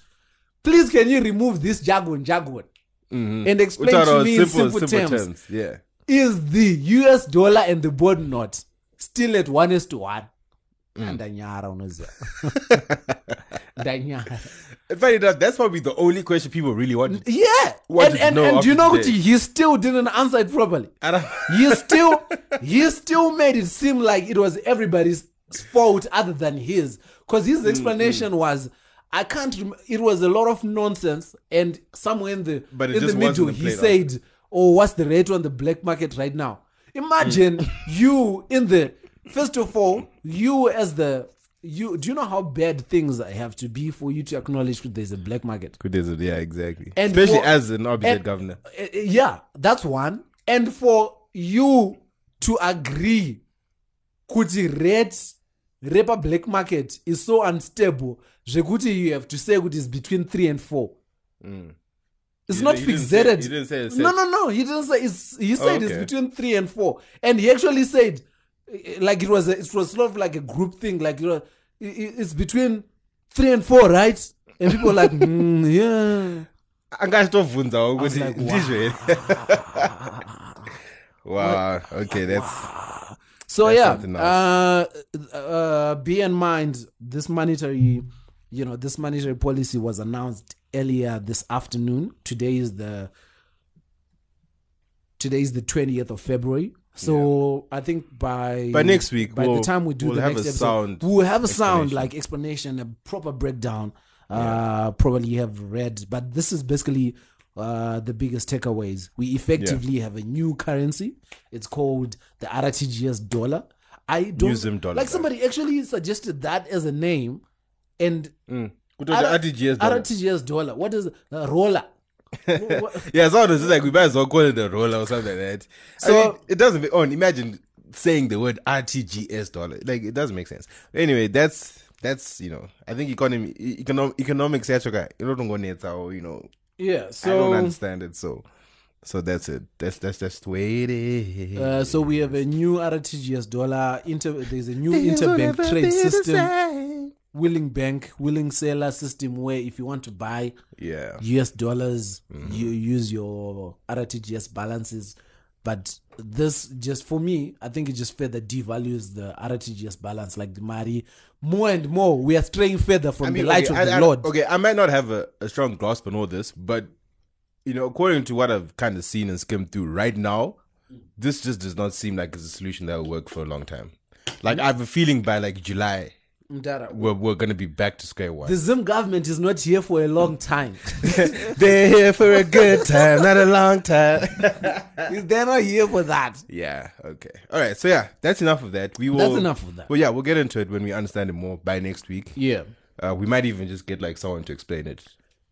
Speaker 1: please can you remove this jargon jargon and
Speaker 2: Which
Speaker 1: explain
Speaker 2: are
Speaker 1: to
Speaker 2: our
Speaker 1: me in
Speaker 2: Mm-hmm. simple,
Speaker 1: simple,
Speaker 2: simple
Speaker 1: terms,
Speaker 2: terms. Yeah.
Speaker 1: is the us dollar and the board not still at one is to one
Speaker 2: Mm.
Speaker 1: ndanyara unoziva ndanyara
Speaker 2: In fact, it does- that's probably the only question people really want.
Speaker 1: Yeah.
Speaker 2: What
Speaker 1: and
Speaker 2: did you
Speaker 1: and,
Speaker 2: know
Speaker 1: and
Speaker 2: up
Speaker 1: you
Speaker 2: to
Speaker 1: know
Speaker 2: today?
Speaker 1: Kuti, he still didn't answer it properly.
Speaker 2: I don't-
Speaker 1: He still he still made it seem like it was everybody's fault other than his. Because his
Speaker 2: Mm-hmm.
Speaker 1: explanation was I can't rem- it was a lot of nonsense and somewhere in the
Speaker 2: But it
Speaker 1: in the
Speaker 2: just
Speaker 1: middle
Speaker 2: wasn't
Speaker 1: he
Speaker 2: played out.
Speaker 1: said, Oh, what's the rate on the black market right now? Imagine
Speaker 2: Mm.
Speaker 1: you in the first of all, you as the you do you know how bad things have to be for you to acknowledge that there's a black market?
Speaker 2: Good days of- Yeah, exactly.
Speaker 1: And
Speaker 2: Especially
Speaker 1: for-
Speaker 2: as an opposite
Speaker 1: and-
Speaker 2: governor.
Speaker 1: Uh, yeah that's one and for you to agree kuti rate repa black market is so unstable zvekuti you have to say kuti is between three and four It's
Speaker 2: Mm. You
Speaker 1: not
Speaker 2: di- you didn't say-
Speaker 1: fixated.
Speaker 2: you didn't say it's
Speaker 1: no,
Speaker 2: set.
Speaker 1: no, no. He didn't say. It's, he said it's
Speaker 2: okay.
Speaker 1: between three and four, and he actually said, eh, like it was, a, it was sort of like a group thing. Like you know, i- i- it's between three and four, right? And people were like, "Mm, yeah.
Speaker 2: Angazitobvunza
Speaker 1: was
Speaker 2: ukuthi
Speaker 1: like,
Speaker 2: ndizwe. Wow. Okay, that's
Speaker 1: So
Speaker 2: That's something
Speaker 1: yeah, uh, uh, be in mind this monetary, you know, this monetary policy was announced earlier this afternoon. Today is the today is the twentieth of February. So I think by
Speaker 2: By next week,
Speaker 1: by the
Speaker 2: we'll-
Speaker 1: time we do
Speaker 2: we'll
Speaker 1: the
Speaker 2: have
Speaker 1: next
Speaker 2: a
Speaker 1: episode,
Speaker 2: sound
Speaker 1: we'll have a sound
Speaker 2: explanation.
Speaker 1: like explanation, a proper breakdown. Uh, probably you have read, but this is basically uh the biggest takeaways. We effectively have a new currency. It's called the RTGS dollar. I don't
Speaker 2: Use them dollar
Speaker 1: like
Speaker 2: back.
Speaker 1: somebody actually suggested that as a name, and
Speaker 2: Kutoti
Speaker 1: R-
Speaker 2: RTGS dollar.
Speaker 1: RTGS dollar. What is uh, roller? Wha- wha-
Speaker 2: Yeah, someone was just like, we might as well call it a roller or something like that. So
Speaker 1: So-
Speaker 2: it doesn't make on. Imagine saying the word RTGS dollar. Like it doesn't make sense. Anyway, that's that's you know, I think economy, economic, economics, etc. You don't go near it, so, you know.
Speaker 1: yeah.
Speaker 2: I don't
Speaker 1: So
Speaker 2: understand it. So, so that's it. That's that's that's the way it is.
Speaker 1: uh, so we have a new RTGS dollar. Inter- there's a new
Speaker 2: Things will
Speaker 1: interbank
Speaker 2: never be
Speaker 1: trade
Speaker 2: the
Speaker 1: system,
Speaker 2: same.
Speaker 1: willing bank, willing seller system, where if you want to buy
Speaker 2: Yeah.
Speaker 1: US dollars, you use your RTGS balances. But this just for me, I think it just further devalues the RTGS balance, like the Mari. More and more, we are straying further from the light
Speaker 2: okay,
Speaker 1: of
Speaker 2: I,
Speaker 1: the
Speaker 2: I-
Speaker 1: Lord.
Speaker 2: Okay, I might not have a, a strong grasp on all this, but you know, according to what I've kind of seen and skimmed through right now, this just does not seem like it's a solution that will work for a long time. Like I have a feeling by like July,
Speaker 1: Mdara,
Speaker 2: we're we're gonna be back to square one.
Speaker 1: The Zim government is not here for a long time.
Speaker 2: They're here for a good time, not a long time.
Speaker 1: They're not here for that.
Speaker 2: yeah. Okay. All right. So yeah, that's enough of that. We will.
Speaker 1: That's enough of that.
Speaker 2: Well, yeah, we'll get into it when we understand it more by next week.
Speaker 1: Yeah.
Speaker 2: Uh, we might even just get like someone to explain it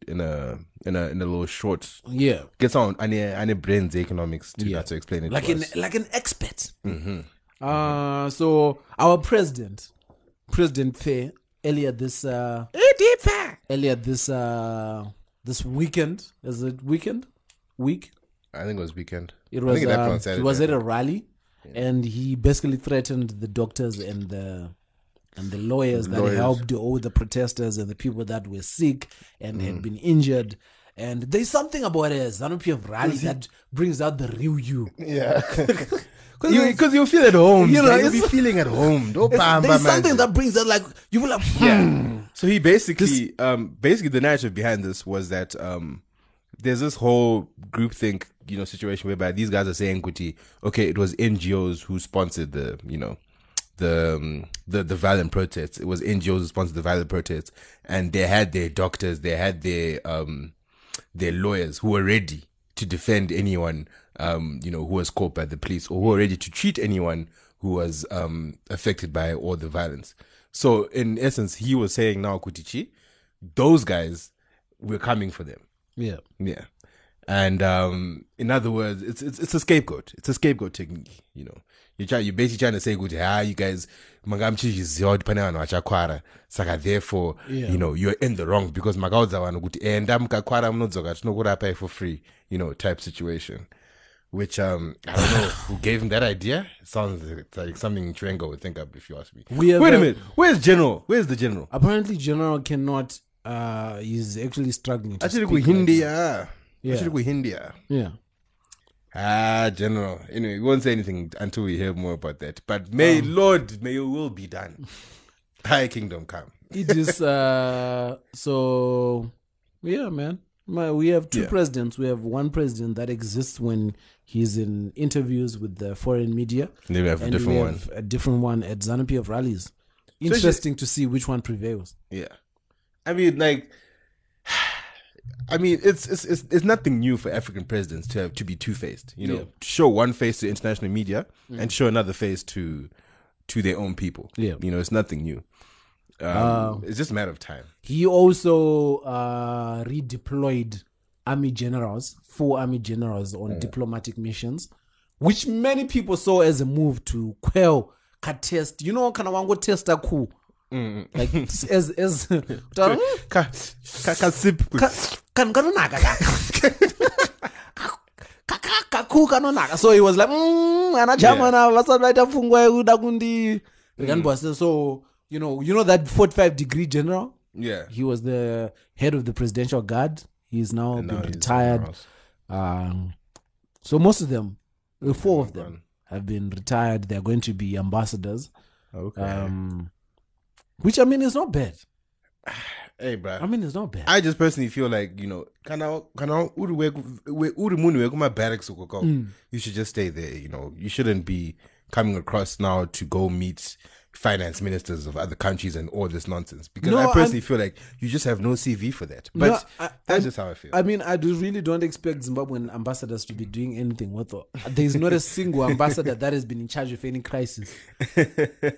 Speaker 2: in a in a in a little short
Speaker 1: Yeah.
Speaker 2: get someone any any brains economics to
Speaker 1: Yeah.
Speaker 2: that to explain it
Speaker 1: Like
Speaker 2: to
Speaker 1: an
Speaker 2: us.
Speaker 1: like an expert. Uh so our president, President Fair, earlier this uh earlier this uh this weekend, is it weekend? Week?
Speaker 2: I think it was weekend.
Speaker 1: It
Speaker 2: I
Speaker 1: was
Speaker 2: think it happened
Speaker 1: um,
Speaker 2: on Saturday.
Speaker 1: he was at a rally and he basically threatened the doctors and the and the lawyers that
Speaker 2: Lawyers.
Speaker 1: helped all the protesters and the people that were sick and
Speaker 2: Mm.
Speaker 1: had been injured. And there's something about a ZANU-PF rally that brings out the real you.
Speaker 2: yeah. Because you, will feel at home.
Speaker 1: You
Speaker 2: You
Speaker 1: know,
Speaker 2: know, you'll be
Speaker 1: it's-
Speaker 2: feeling at home. Don't
Speaker 1: It's-
Speaker 2: bamba,
Speaker 1: there's
Speaker 2: man.
Speaker 1: something that brings out like you will like hmm.
Speaker 2: yeah. So he basically, um, basically the narrative behind this was that um, there's this whole groupthink, you know, situation whereby these guys are saying, "Kuti, okay, it was NGOs who sponsored the, you know, the um, the the violent protests. It was NGOs who sponsored the violent protests, and they had their doctors, they had their um, their lawyers who were ready to defend anyone, um, you know, who was caught by the police or who were ready to treat anyone who was um, affected by all the violence. So, in essence, he was saying now, Kutichi, those guys, we're coming for them.
Speaker 1: yeah.
Speaker 2: Yeah. And um, in other words, it's, it's it's a scapegoat. It's a scapegoat technique. You know, you're trying, you're basically trying to say, "Good, ah, you guys, magamchiziwa dipana na achakwara." Saka, therefore,
Speaker 1: Yeah.
Speaker 2: you know, you're in the wrong because magaudza vanhu kuti enda mukakwara munodzoka tinokurapai eh, for free. You know, type situation. Which um, I don't know who gave him that idea. It sounds like- like something Trengo would think up if you ask me.
Speaker 1: We have
Speaker 2: Wait a
Speaker 1: a-
Speaker 2: minute. Where's general? Where's the general?
Speaker 1: Apparently General cannot uh he's actually struggling to
Speaker 2: Actually,
Speaker 1: speak right
Speaker 2: Hindi.
Speaker 1: now. Yeah.
Speaker 2: Actually, Hindi. ah.
Speaker 1: Yeah.
Speaker 2: Ah, General. Anyway, we won't say anything until we hear more about that. But may
Speaker 1: Um,
Speaker 2: Lord, may your will be done. Thy kingdom come.
Speaker 1: it is uh so yeah man My, we have two
Speaker 2: Yeah.
Speaker 1: presidents we have one president that exists when he's in interviews with the foreign media
Speaker 2: Then we have a different
Speaker 1: we
Speaker 2: one.
Speaker 1: have a different one at zanu of rallies interesting to see which one prevails
Speaker 2: Yeah. I mean, like, I mean, it's it's it's, it's nothing new for African presidents to have to be two faced. You know,
Speaker 1: Yeah. Mm.
Speaker 2: to show one face to international media and show another face to to their own people.
Speaker 1: Yeah.
Speaker 2: You know, it's nothing new. Um, it's just a matter of time.
Speaker 1: he also uh redeployed army generals four army generals on diplomatic missions which many people saw as a move to quell katest you know kana wangotesta coup like as as "Eh,
Speaker 2: Ka- ka- ka- sip-
Speaker 1: kanhu kanonaka kaka kakuu kanonaka so he was like mm, ana germana vasati vaita pfungwa yekuda kundi rikanbwase so you know you know that 45 degree general
Speaker 2: Yeah.
Speaker 1: he was the head of the presidential guard he's now
Speaker 2: now
Speaker 1: been
Speaker 2: he's
Speaker 1: retired
Speaker 2: somewhere else.
Speaker 1: um, so most of them uh, four of them have been retired they're going to be ambassadors
Speaker 2: Okay.
Speaker 1: um, which i mean is not bad
Speaker 2: hey, bro.
Speaker 1: i mean it's not bad
Speaker 2: I just personally feel like you know, kana kana uri weku- we- uri munhu wekumabarracks ukoko.
Speaker 1: Hmm.
Speaker 2: You should just stay there. You know, you shouldn't be coming across now to go meet finance ministers of other countries and all this nonsense because
Speaker 1: No,
Speaker 2: I personally
Speaker 1: I'm-
Speaker 2: feel like you just have no CV for that. But
Speaker 1: No, I-
Speaker 2: that's
Speaker 1: I-
Speaker 2: just how I feel.
Speaker 1: I mean, I do really don't expect Zimbabwean ambassadors to be doing anything. What the? There is not a single ambassador that has been in charge of any crisis.
Speaker 2: Yeah,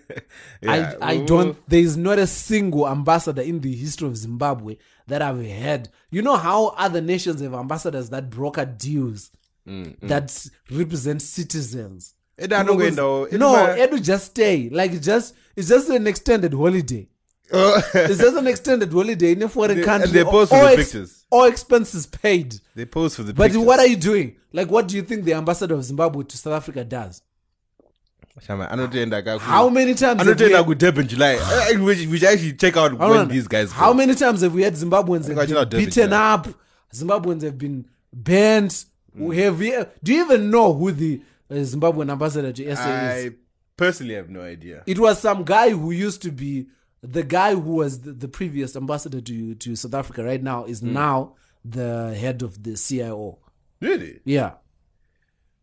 Speaker 1: I, I
Speaker 2: well,
Speaker 1: don't. There is not a single ambassador in the history of Zimbabwe that I've heard. You know how other nations have ambassadors that broker deals
Speaker 2: Mm,
Speaker 1: that represent citizens.
Speaker 2: Edu anongoendawo, edu
Speaker 1: no,
Speaker 2: ma-
Speaker 1: Edu just stay. Like it's just it's just an extended holiday. it's just an extended holiday in a foreign
Speaker 2: Oh. They-
Speaker 1: country.
Speaker 2: and they post
Speaker 1: all,
Speaker 2: the
Speaker 1: all
Speaker 2: pictures.
Speaker 1: all expenses paid.
Speaker 2: They pose for the
Speaker 1: But
Speaker 2: pictures.
Speaker 1: what are you doing? Like, what do you think the ambassador of Zimbabwe to South Africa does?
Speaker 2: Shama, anotoenda kaku-
Speaker 1: How many times? have we-
Speaker 2: anotoenda kudurban july Eh, which, which actually check out
Speaker 1: Hold
Speaker 2: when
Speaker 1: on.
Speaker 2: these guys
Speaker 1: How
Speaker 2: go.
Speaker 1: many times have we had Zimbabweans
Speaker 2: I
Speaker 1: have
Speaker 2: should
Speaker 1: been
Speaker 2: have done it,
Speaker 1: beaten
Speaker 2: yeah.
Speaker 1: up? Zimbabweans have been banned.
Speaker 2: Hmm.
Speaker 1: We Have you, do you even know who the uh, Zimbabwean ambassador to SA is?
Speaker 2: i personally have no idea
Speaker 1: It was some guy who used to be the guy who was the, the previous ambassador to to South Africa. Right now is
Speaker 2: Hmm.
Speaker 1: now the head of the CIO.
Speaker 2: really
Speaker 1: Yeah.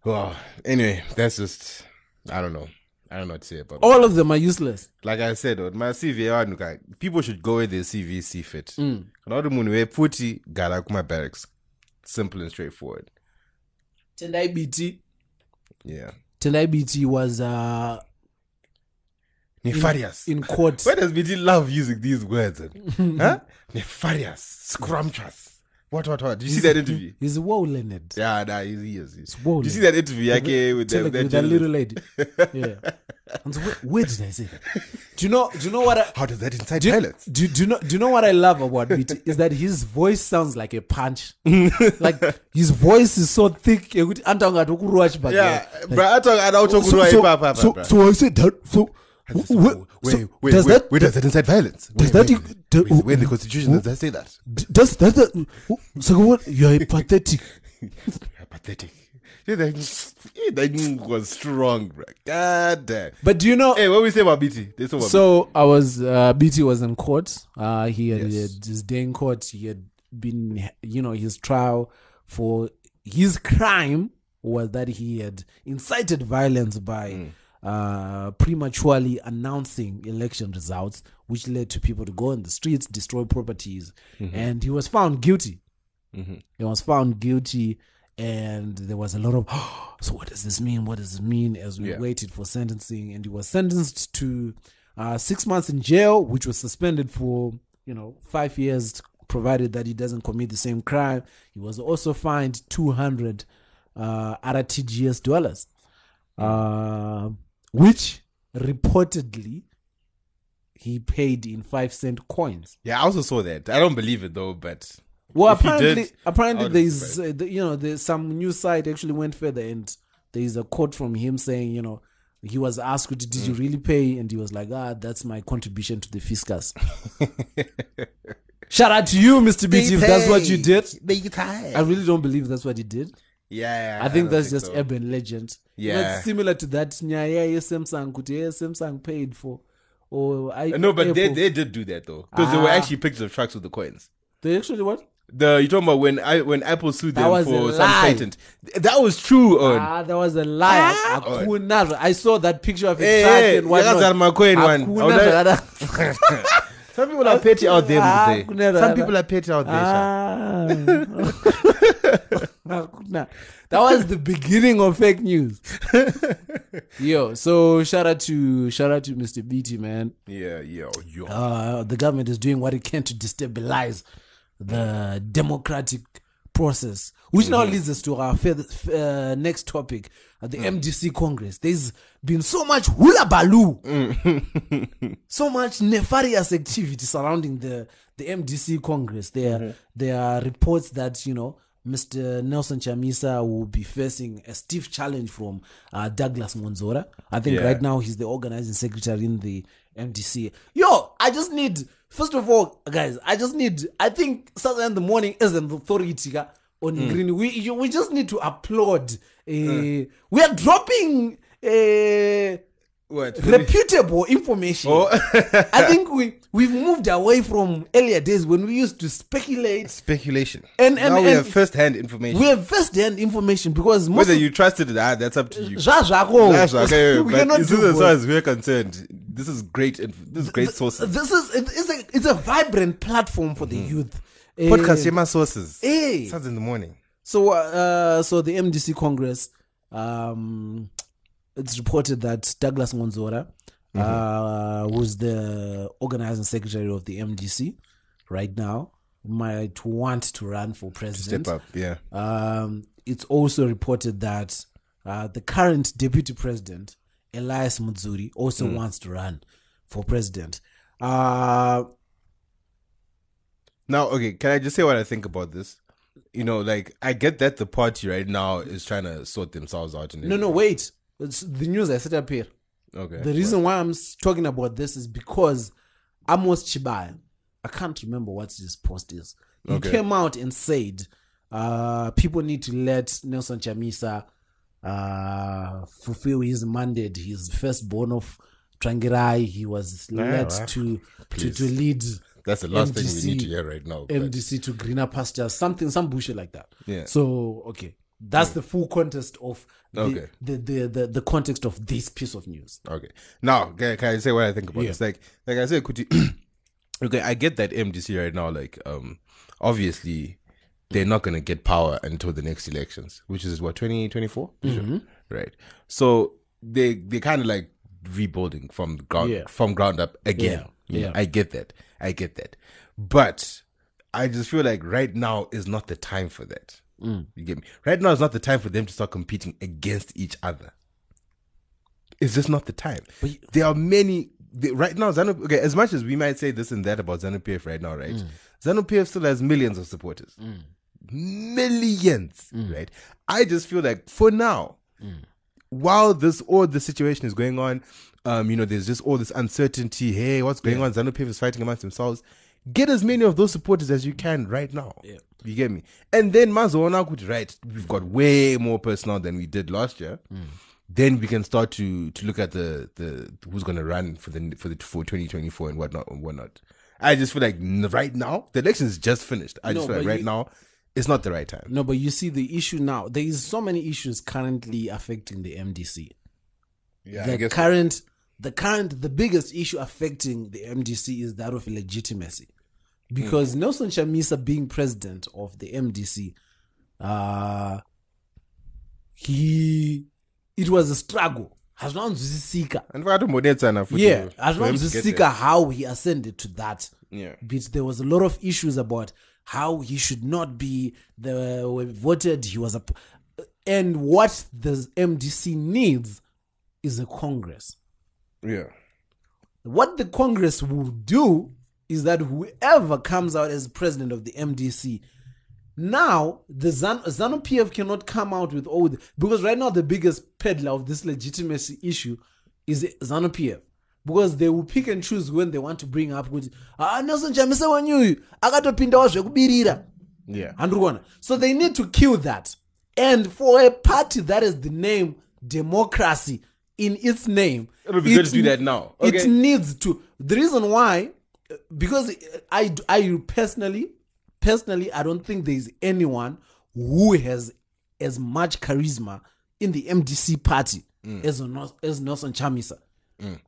Speaker 2: well anyway that's just i don't know i don't know what to say about
Speaker 1: All of them are useless.
Speaker 2: like i said with my cv avanhuka people should go where their cv see fit
Speaker 1: Mm.
Speaker 2: kana kuti munhu wepfuti gara kumabarracks simple and straightforward
Speaker 1: Tendai BT.
Speaker 2: yeah
Speaker 1: Tendai BT was uh,
Speaker 2: nefarious
Speaker 1: in court.
Speaker 2: why does bt love using these words huh? nefarious scrumptious what what what did you see that interview
Speaker 1: He's well learned.
Speaker 2: yeah nah, he, he is, he is.
Speaker 1: swollen.
Speaker 2: Did you see that interview yake with,
Speaker 1: Tell
Speaker 2: the,
Speaker 1: like
Speaker 2: with that
Speaker 1: with that little
Speaker 2: journalist?
Speaker 1: lady. Yeah. And so, where, where did I say that? Do you know? Do you know what? I,
Speaker 2: how does that incite
Speaker 1: do, you,
Speaker 2: violence
Speaker 1: do, do you know? Do you know what I love about BT is that his voice sounds like a punch. like his voice is so thick. yekuti anotanga tokuruwa chibage.
Speaker 2: yeah Mm,
Speaker 1: Like,
Speaker 2: bro atoka ada
Speaker 1: so,
Speaker 2: utokurwa
Speaker 1: so,
Speaker 2: ipapa
Speaker 1: so, so I said that. So, wh- wh- so does that
Speaker 2: where does that incite violence?
Speaker 1: does
Speaker 2: where,
Speaker 1: that
Speaker 2: where,
Speaker 1: in-
Speaker 2: where,
Speaker 1: do-
Speaker 2: where, in the constitution does that say that?
Speaker 1: d- does that? that wh- so what? You are pathetic.
Speaker 2: Pathetic. Yeah, that, yeah, that was strong, bro. God damn.
Speaker 1: But do you know?
Speaker 2: Hey, what we say about BT? They say about
Speaker 1: So I was uh, BT was in court. Uh, he had, he
Speaker 2: Yes.
Speaker 1: had his day in court. He had been, you know, his trial for his crime was that he had incited violence by uh, prematurely announcing election results, which led to people to go in the streets, destroy properties, and he was found guilty. He was found guilty, and there was a lot of, so what does this mean? What does it mean? As we
Speaker 2: Yeah.
Speaker 1: waited for sentencing, and he was sentenced to uh, six months in jail, which was suspended for you know five years, provided that he doesn't commit the same crime. He was also fined two hundred uh, RTGS dollars, uh, which reportedly he paid in five cent coins.
Speaker 2: BT. Yeah, I also saw that. I don't believe it though, but
Speaker 1: Well,
Speaker 2: If you did,
Speaker 1: apparently,
Speaker 2: I
Speaker 1: apparently
Speaker 2: would
Speaker 1: there's
Speaker 2: expect-
Speaker 1: uh, the- you know there's some news site actually went further and there is a quote from him saying you know he was asked did you
Speaker 2: Mm.
Speaker 1: really pay and he was like ah that's my contribution to the fiscus. Shout out to you, Mr. BT, if that's what you did. I really don't believe that's what he did.
Speaker 2: yeah,
Speaker 1: I think
Speaker 2: don't
Speaker 1: that's just
Speaker 2: so.
Speaker 1: urban legend. You know,
Speaker 2: Yeah.
Speaker 1: it's similar to that. Nyaya yeah, Samsung, could yeah, Samsung paid for. Or I,
Speaker 2: No, but they,
Speaker 1: Apple.
Speaker 2: they did do that though, because there were
Speaker 1: Ah.
Speaker 2: actually pictures of trucks with the coins.
Speaker 1: they actually what?
Speaker 2: The you talking about when I when Apple sued
Speaker 1: That
Speaker 2: them
Speaker 1: was
Speaker 2: for
Speaker 1: a
Speaker 2: some
Speaker 1: lie.
Speaker 2: patent? Th- That was true. On
Speaker 1: Ah, that was a lie.
Speaker 2: Ah.
Speaker 1: Hakuna. I saw that picture of a
Speaker 2: Hey,
Speaker 1: truck
Speaker 2: hey,
Speaker 1: and whatnot.
Speaker 2: yakazara macoin one.
Speaker 1: Hakuna
Speaker 2: I would like-
Speaker 1: zvada-
Speaker 2: Some people are petty out there.
Speaker 1: Ah,
Speaker 2: Mzee.
Speaker 1: kunera-
Speaker 2: Some people are petty out there. Sha.
Speaker 1: Ah. Hakuna. that was the beginning of fake news. Yo, so shout out to shout out to Mr. BT, man.
Speaker 2: Yeah, yeah, yo.
Speaker 1: Uh, the government is doing what it can to destabilize the democratic process, which
Speaker 2: Mm-hmm.
Speaker 1: now leads us to our further, f- uh, next topic, uh,
Speaker 2: Mm.
Speaker 1: the MDC Congress. There's been so much hula baloo, so much nefarious activity surrounding the, the MDC Congress. There,
Speaker 2: Mm-hmm.
Speaker 1: there are reports that, you know, Mr. Nelson Chamisa will be facing a stiff challenge from uh, Douglas Monzora. I think
Speaker 2: Yeah.
Speaker 1: right now he's the organizing secretary in the MDC. Yo, I just need first of all, guys. I just need. I think Saturday in the morning is an authority ka, on
Speaker 2: Mm.
Speaker 1: green. We you, we just need to applaud. Uh, We are dropping. Uh,
Speaker 2: What?
Speaker 1: reputable information.
Speaker 2: Oh.
Speaker 1: I think we we've moved away from earlier days when we used to speculate
Speaker 2: Speculation.
Speaker 1: And-
Speaker 2: now
Speaker 1: and-
Speaker 2: we
Speaker 1: and-
Speaker 2: have first-hand information.
Speaker 1: we have first-hand information because most
Speaker 2: Whether
Speaker 1: of-
Speaker 2: you trusted it, ah, that's up to you.
Speaker 1: Zva zvako.
Speaker 2: That's okay,
Speaker 1: we
Speaker 2: but
Speaker 1: cannot
Speaker 2: it's
Speaker 1: do
Speaker 2: as
Speaker 1: both.
Speaker 2: far as we're concerned. this is great. inf- This is great sources.
Speaker 1: This is it- it's a it's a vibrant platform for the youth. Eh,
Speaker 2: Mm. Podcast Yema sources.
Speaker 1: eh.
Speaker 2: Starts in the morning.
Speaker 1: So, uh, so the MDC Congress, um, it's reported that Douglas Ngonzora,
Speaker 2: Mm-hmm.
Speaker 1: uh, who's the organizing secretary of the MDC right now, might want to run for president.
Speaker 2: Step up. Yeah.
Speaker 1: Um, it's also reported that uh, the current deputy president, Elias Muzuri, also wants to run for president. Uh,
Speaker 2: Now, okay, can I just say what I think about this? You know, like I get that the party right now is trying to sort themselves out. And
Speaker 1: no, no, wait. It's the news I set up here.
Speaker 2: Okay.
Speaker 1: The reason why I'm s- talking about this is because Amos Chibaya, I can't remember what his post is. He
Speaker 2: Okay.
Speaker 1: came out and said, uh, people need to let Nelson Chamisa uh, fulfill his mandate. He's firstborn of Trangirai. He was led
Speaker 2: Ah,
Speaker 1: to,
Speaker 2: well,
Speaker 1: to
Speaker 2: please.
Speaker 1: to lead
Speaker 2: That's the last thing we need to
Speaker 1: MDC
Speaker 2: hear right now. but-
Speaker 1: MDC to greener pastures, something, some bullshit like that.
Speaker 2: Yeah.
Speaker 1: So okay, that's the full context of the,
Speaker 2: Okay.
Speaker 1: the, the the the context of this piece of news.
Speaker 2: Okay. Now, can, can I say what I think about
Speaker 1: Yeah.
Speaker 2: this? Like, like I said, could you? okay, I get that MDC right now. Like, um, obviously, they're not gonna get power until the next elections, which is what twenty twenty four,
Speaker 1: Mm-hmm.
Speaker 2: right? So they they kind of like rebuilding from the ground
Speaker 1: Yeah.
Speaker 2: from ground up again.
Speaker 1: Yeah.
Speaker 2: You know,
Speaker 1: Yeah.
Speaker 2: I get that. I get that. But I just feel like right now is not the time for that.
Speaker 1: Mm.
Speaker 2: You get me? Right now is not the time for them to start competing against each other. It's just not the time.
Speaker 1: But you-
Speaker 2: there are many the, right now. ZANU okay, as much as we might say this and that about ZANU PF right now, right?
Speaker 1: Mm.
Speaker 2: ZANU PF still has millions of supporters, millions,
Speaker 1: Mm.
Speaker 2: right? I just feel like for now, while this all the situation is going on, um, you know, there's just all this uncertainty. Hey, what's going on? ZANU PF is fighting amongst themselves. Get as many of those supporters as you can right now.
Speaker 1: Yeah.
Speaker 2: You get me? And then Mazona could right, we've got way more personnel than we did last year.
Speaker 1: Mm.
Speaker 2: Then we can start to to look at the the who's gonna run for the for the for twenty twenty four and whatnot and whatnot. I just feel like n- right now the election is just finished. I
Speaker 1: No,
Speaker 2: just feel like
Speaker 1: but
Speaker 2: right
Speaker 1: you-
Speaker 2: now it's not the right time.
Speaker 1: No, but you see the issue now. There is so many issues currently affecting the MDC.
Speaker 2: Yeah,
Speaker 1: the current, the current, the biggest issue affecting the MDC is that of illegitimacy, because
Speaker 2: Hmm.
Speaker 1: Nelson Chamisa being president of the MDC, uh, he, it was a struggle. Hazwanzisika.
Speaker 2: and if I don't moderate enough, for
Speaker 1: Yeah,
Speaker 2: you- for him to get
Speaker 1: Hazwanzisika. How he ascended to that.
Speaker 2: there. Yeah,
Speaker 1: but there was a lot of issues about how he should not be the were voted he was a p- and what the mdc needs is a congress
Speaker 2: yeah,
Speaker 1: what the congress will do is that whoever comes out as president of the mdc now the Zan- zanu pf cannot come out with all the, because right now the biggest peddler of this legitimacy issue is zanu pf because they will pick and choose when they want to bring up kuti ah nelson chamisa wanyuyu akatopindawo zvekudirira
Speaker 2: yeah.
Speaker 1: handikuona so they need to kill that and for a party that is the name democracy in its name
Speaker 2: It would be good to do that now. Okay.
Speaker 1: it needs to the reason why uh, because i i personally personally i don't think there's anyone who has as much charisma in the mdc party
Speaker 2: Mm.
Speaker 1: as, Nos- as nelson chamisa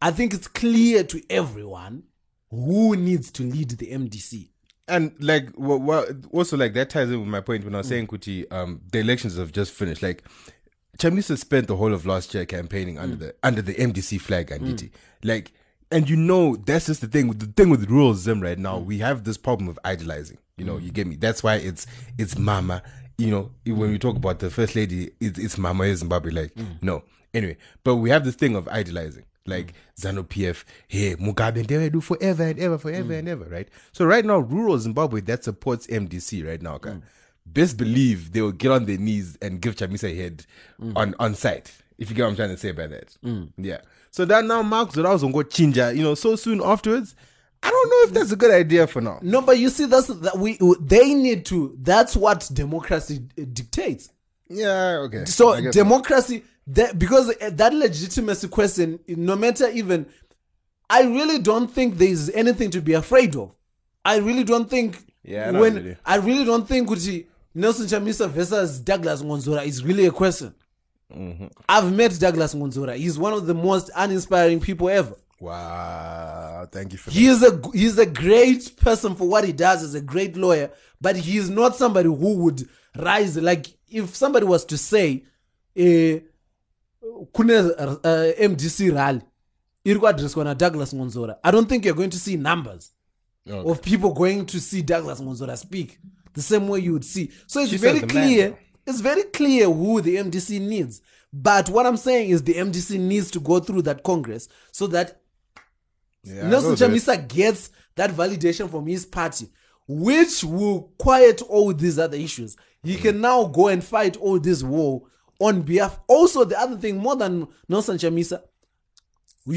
Speaker 1: i think it's clear to everyone who needs to lead the mdc
Speaker 2: and like what, also like that ties in with my point when I was saying Kuti, um, the elections have just finished. Like Chamisa spent the whole of last year campaigning under the under the MDC flag and Like and you know that's just the thing with the thing with rural Zim right now, we have this problem of idolizing. You know, you get me. That's why it's it's mama. You know, when we talk about the first lady, it's, it's mama in Zimbabwe. Like no, anyway. But we have this thing of idolizing like ZANU PF, hey, Mugabe, they will do forever and ever, forever and ever, right? So right now, rural Zimbabwe that supports MDC right now, okay? Best believe they will get on their knees and give Chamisa a head on, on site. If you get what I'm trying to say by that. Yeah. So that now Mark Zoraus will go chinja, you know, so soon afterwards. I don't know if that's a good idea for now.
Speaker 1: No, but you see, that's that we they need to. That's what democracy uh, dictates.
Speaker 2: Yeah, okay. I
Speaker 1: So
Speaker 2: guess
Speaker 1: democracy, that, because uh, that legitimacy question, no matter even, I really don't think there is anything to be afraid of. I really don't think.
Speaker 2: Yeah, not
Speaker 1: when
Speaker 2: really.
Speaker 1: I really don't think Kuti Nelson Chamisa versus Douglas Ngonzora is really a
Speaker 2: Mm-hmm.
Speaker 1: question. I've met Douglas Ngonzora. He's one of the most uninspiring people ever.
Speaker 2: Wow. Thank you for
Speaker 1: He is a g- he's a great person for what he does. He's a great lawyer, but he is not somebody who would rise like if somebody was to say, eh, "Kune uh, MDC rally." iri kuadreswa nadouglas ngonzora i don't think you're going to see numbers
Speaker 2: that. Okay.
Speaker 1: of people going to see douglas ngonzora speak the same way you would see so it's
Speaker 2: She said
Speaker 1: very
Speaker 2: the man,
Speaker 1: clear
Speaker 2: though.
Speaker 1: it's very clear who the mdc needs but what i'm saying is the mdc needs to go through that congress so that
Speaker 2: Yeah, I
Speaker 1: Nelson
Speaker 2: know that.
Speaker 1: Chamisa gets that validation from his party, which will quiet all these other issues. He
Speaker 2: Mm.
Speaker 1: can now go and fight all this war on behalf. Also, the other thing, more than Nelson Chamisa,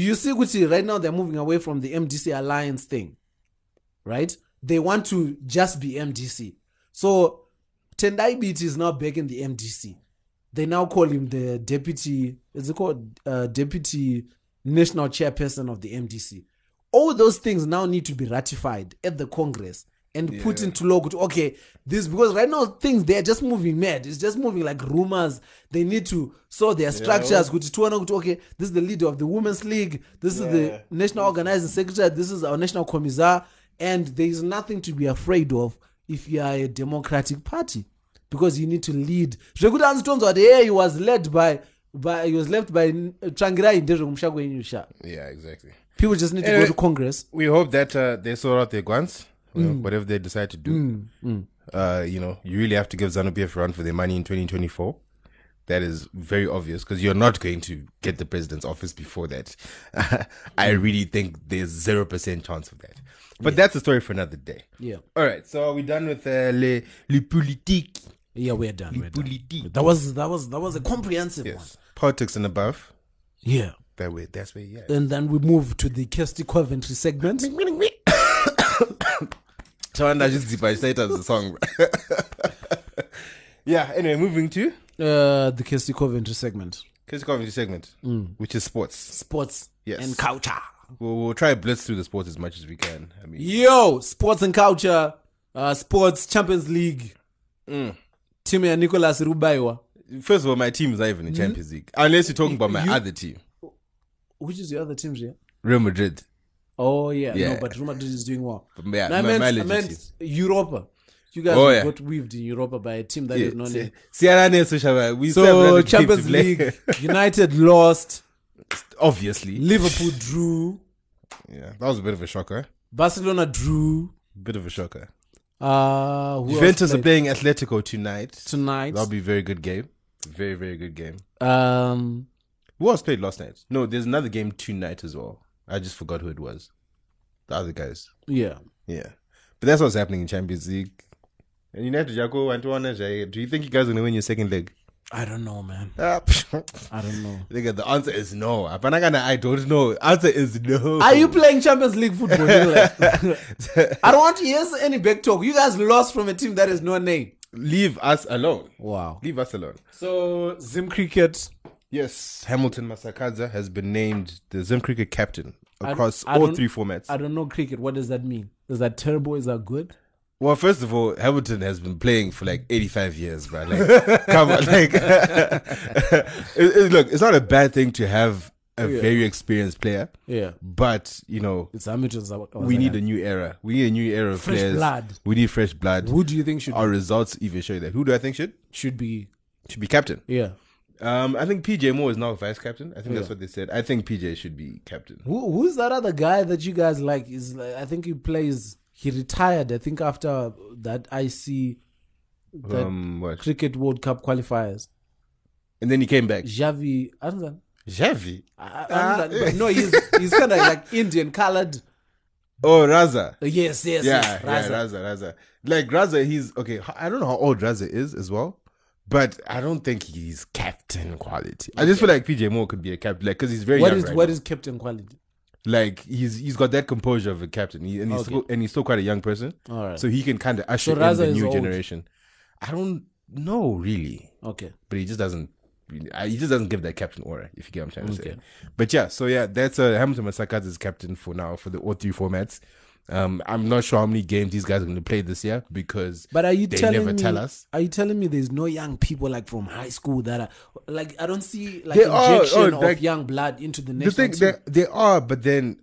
Speaker 1: you see, Gucci, right now they're moving away from the MDC alliance thing, right? They want to just be MDC. So, Tendai Beat is now back in the MDC. They now call him the deputy, is it called uh, deputy national chairperson of the MDC? All those things now need to be ratified at the Congress and put into law. good- Okay, this because right now things they are just moving mad. It's just moving like rumors. They need to so their structures. Good to know, okay, this is the leader of the Women's League. This is the national organizing secretary. This is our national commissar. And there is nothing to be afraid of if you are a democratic party because you need to lead zvekuti anzitonzwa kuti hey he was led by by he was left by uh, tsvangirai ndezvekumusha sha.
Speaker 2: Yeah, exactly.
Speaker 1: people just need to go
Speaker 2: Anyway.
Speaker 1: to congress
Speaker 2: We hope that uh, they sort out their guns, you know, whatever they decide to do. Uh, you know, you really have to give ZANU-PF a run for their money in 2024. That is very obvious because you're not going to get the president's office before that. I really think there's zero percent chance of that. But that's a story for another day.
Speaker 1: Yeah.
Speaker 2: All right. So are we done with uh, le le politique?
Speaker 1: yeah we're done, we're done.
Speaker 2: Politique.
Speaker 1: that was that was that was a comprehensive one
Speaker 2: Yes. Politics and above.
Speaker 1: yeah
Speaker 2: That way. That's where. Yeah.
Speaker 1: and then we move to the kirsty coventry segment
Speaker 2: Tawanda just devastated as the song. bro. yeah. Anyway, moving to
Speaker 1: uh the kirsty coventry segment
Speaker 2: Chris Coventry segment,
Speaker 1: Mm.
Speaker 2: which is sports.
Speaker 1: sports
Speaker 2: Yes.
Speaker 1: and culture
Speaker 2: We'll, we'll try blitz through the sports as much as we can. I mean,
Speaker 1: yo sports and culture uh sports champions league
Speaker 2: Mm.
Speaker 1: timu ya nicolas rubaiwa
Speaker 2: first of all, my team is not even in Champions League, unless you're talking about my
Speaker 1: You-
Speaker 2: other team,
Speaker 1: which is the other teams here
Speaker 2: Real Madrid.
Speaker 1: Oh yeah, no,
Speaker 2: Yeah.
Speaker 1: but Real Madrid is doing well.
Speaker 2: But yeah,
Speaker 1: No, I
Speaker 2: my-
Speaker 1: meant,
Speaker 2: my
Speaker 1: I
Speaker 2: legit
Speaker 1: meant
Speaker 2: teams.
Speaker 1: Europa. You guys
Speaker 2: Oh, yeah.
Speaker 1: got weaved in Europa by a team that
Speaker 2: Yeah,
Speaker 1: is not
Speaker 2: see-
Speaker 1: named.
Speaker 2: Sierra Leone, so shall I- we still have
Speaker 1: So
Speaker 2: another team to
Speaker 1: Champions
Speaker 2: play.
Speaker 1: League, United lost,
Speaker 2: obviously.
Speaker 1: Liverpool drew,
Speaker 2: Yeah, that was a bit of a shocker.
Speaker 1: Barcelona drew.
Speaker 2: Bit of a shocker.
Speaker 1: Uh, who else
Speaker 2: Juventus are
Speaker 1: played
Speaker 2: playing Atletico tonight.
Speaker 1: tonight.
Speaker 2: That'll be a very good game. Very very good game.
Speaker 1: Um,
Speaker 2: Who else played last night? No, there's another game tonight as well. I just forgot who it was. The other guys.
Speaker 1: yeah.
Speaker 2: Yeah. But that's what's happening in Champions League. And United Jaco went on Do you think you guys are gonna win your second leg?
Speaker 1: I don't know, man.
Speaker 2: Ah,
Speaker 1: I don't know.
Speaker 2: Nigga, the answer is no. Apanagana, I don't know. Answer is no.
Speaker 1: Are you playing Champions League football? Nicolas? I don't want to hear any back talk. You guys lost from a team that is not named.
Speaker 2: Leave us alone.
Speaker 1: Wow.
Speaker 2: Leave us alone.
Speaker 1: So Zim Cricket.
Speaker 2: Yes, Hamilton Masakaza has been named the Zim Cricket captain
Speaker 1: I-
Speaker 2: across
Speaker 1: I
Speaker 2: all
Speaker 1: don't-
Speaker 2: three formats.
Speaker 1: I don't know cricket. What does that mean? Is that terrible? Is that good?
Speaker 2: Well, first of all, Hamilton has been playing for like 85 years, bro. Like, come on, like, it, it- look, it's not a bad thing to have a very experienced player,
Speaker 1: Oh, Yeah.
Speaker 2: but you know,
Speaker 1: It's amateurs. that- I was
Speaker 2: we
Speaker 1: like,
Speaker 2: need a new era. We need a new era of
Speaker 1: Fresh
Speaker 2: players.
Speaker 1: blood.
Speaker 2: We need fresh blood.
Speaker 1: Who do you think should
Speaker 2: Our results even show that. Who do I think should
Speaker 1: should be?
Speaker 2: should be captain?
Speaker 1: Yeah.
Speaker 2: Um, I think PJ Moore is now vice captain. I think
Speaker 1: Yeah.
Speaker 2: that's what they said. I think PJ should be captain.
Speaker 1: Who Who's that other guy that you guys like? Is like, I think he plays. He retired. I think after that IC that
Speaker 2: Um, what?
Speaker 1: Cricket World Cup qualifiers.
Speaker 2: And then he came back.
Speaker 1: Javi. I don't know.
Speaker 2: Javi.
Speaker 1: I-
Speaker 2: Uh,
Speaker 1: I don't know, but no, he's he's kind of like Indian colored.
Speaker 2: Oh, Raza.
Speaker 1: Uh, Yes, yes,
Speaker 2: yeah,
Speaker 1: yes.
Speaker 2: yeah,
Speaker 1: Raza.
Speaker 2: Raza, Raza. Like Raza, he's okay. h- I don't know how old Raza is as well, but I don't think he's captain quality. I just feel like PJ Moore could be a captain, like because he's very
Speaker 1: What
Speaker 2: young.
Speaker 1: is
Speaker 2: right
Speaker 1: what
Speaker 2: now.
Speaker 1: is captain quality?
Speaker 2: like he's he's got that composure of a captain, he, and he's
Speaker 1: Okay.
Speaker 2: still, and he's still quite a young person,
Speaker 1: All right.
Speaker 2: so he can kind of usher in
Speaker 1: Raza
Speaker 2: the
Speaker 1: is
Speaker 2: new
Speaker 1: old.
Speaker 2: generation. I don't know really,
Speaker 1: Okay.
Speaker 2: but he just doesn't. I- He just doesn't give that captain aura, if you get what I'm trying to
Speaker 1: Okay.
Speaker 2: say. But yeah, so yeah, that's uh, Hamilton Masaka's captain for now for the all three formats. Um, I'm not sure how many games these guys are going to play this year because
Speaker 1: But are you
Speaker 2: they
Speaker 1: telling
Speaker 2: never
Speaker 1: me?
Speaker 2: tell us.
Speaker 1: Are you telling me there's no young people like from high school that are like I don't see like
Speaker 2: There are-
Speaker 1: injection
Speaker 2: oh,
Speaker 1: of
Speaker 2: like-
Speaker 1: young blood into the
Speaker 2: the
Speaker 1: next.
Speaker 2: thing they, they are but then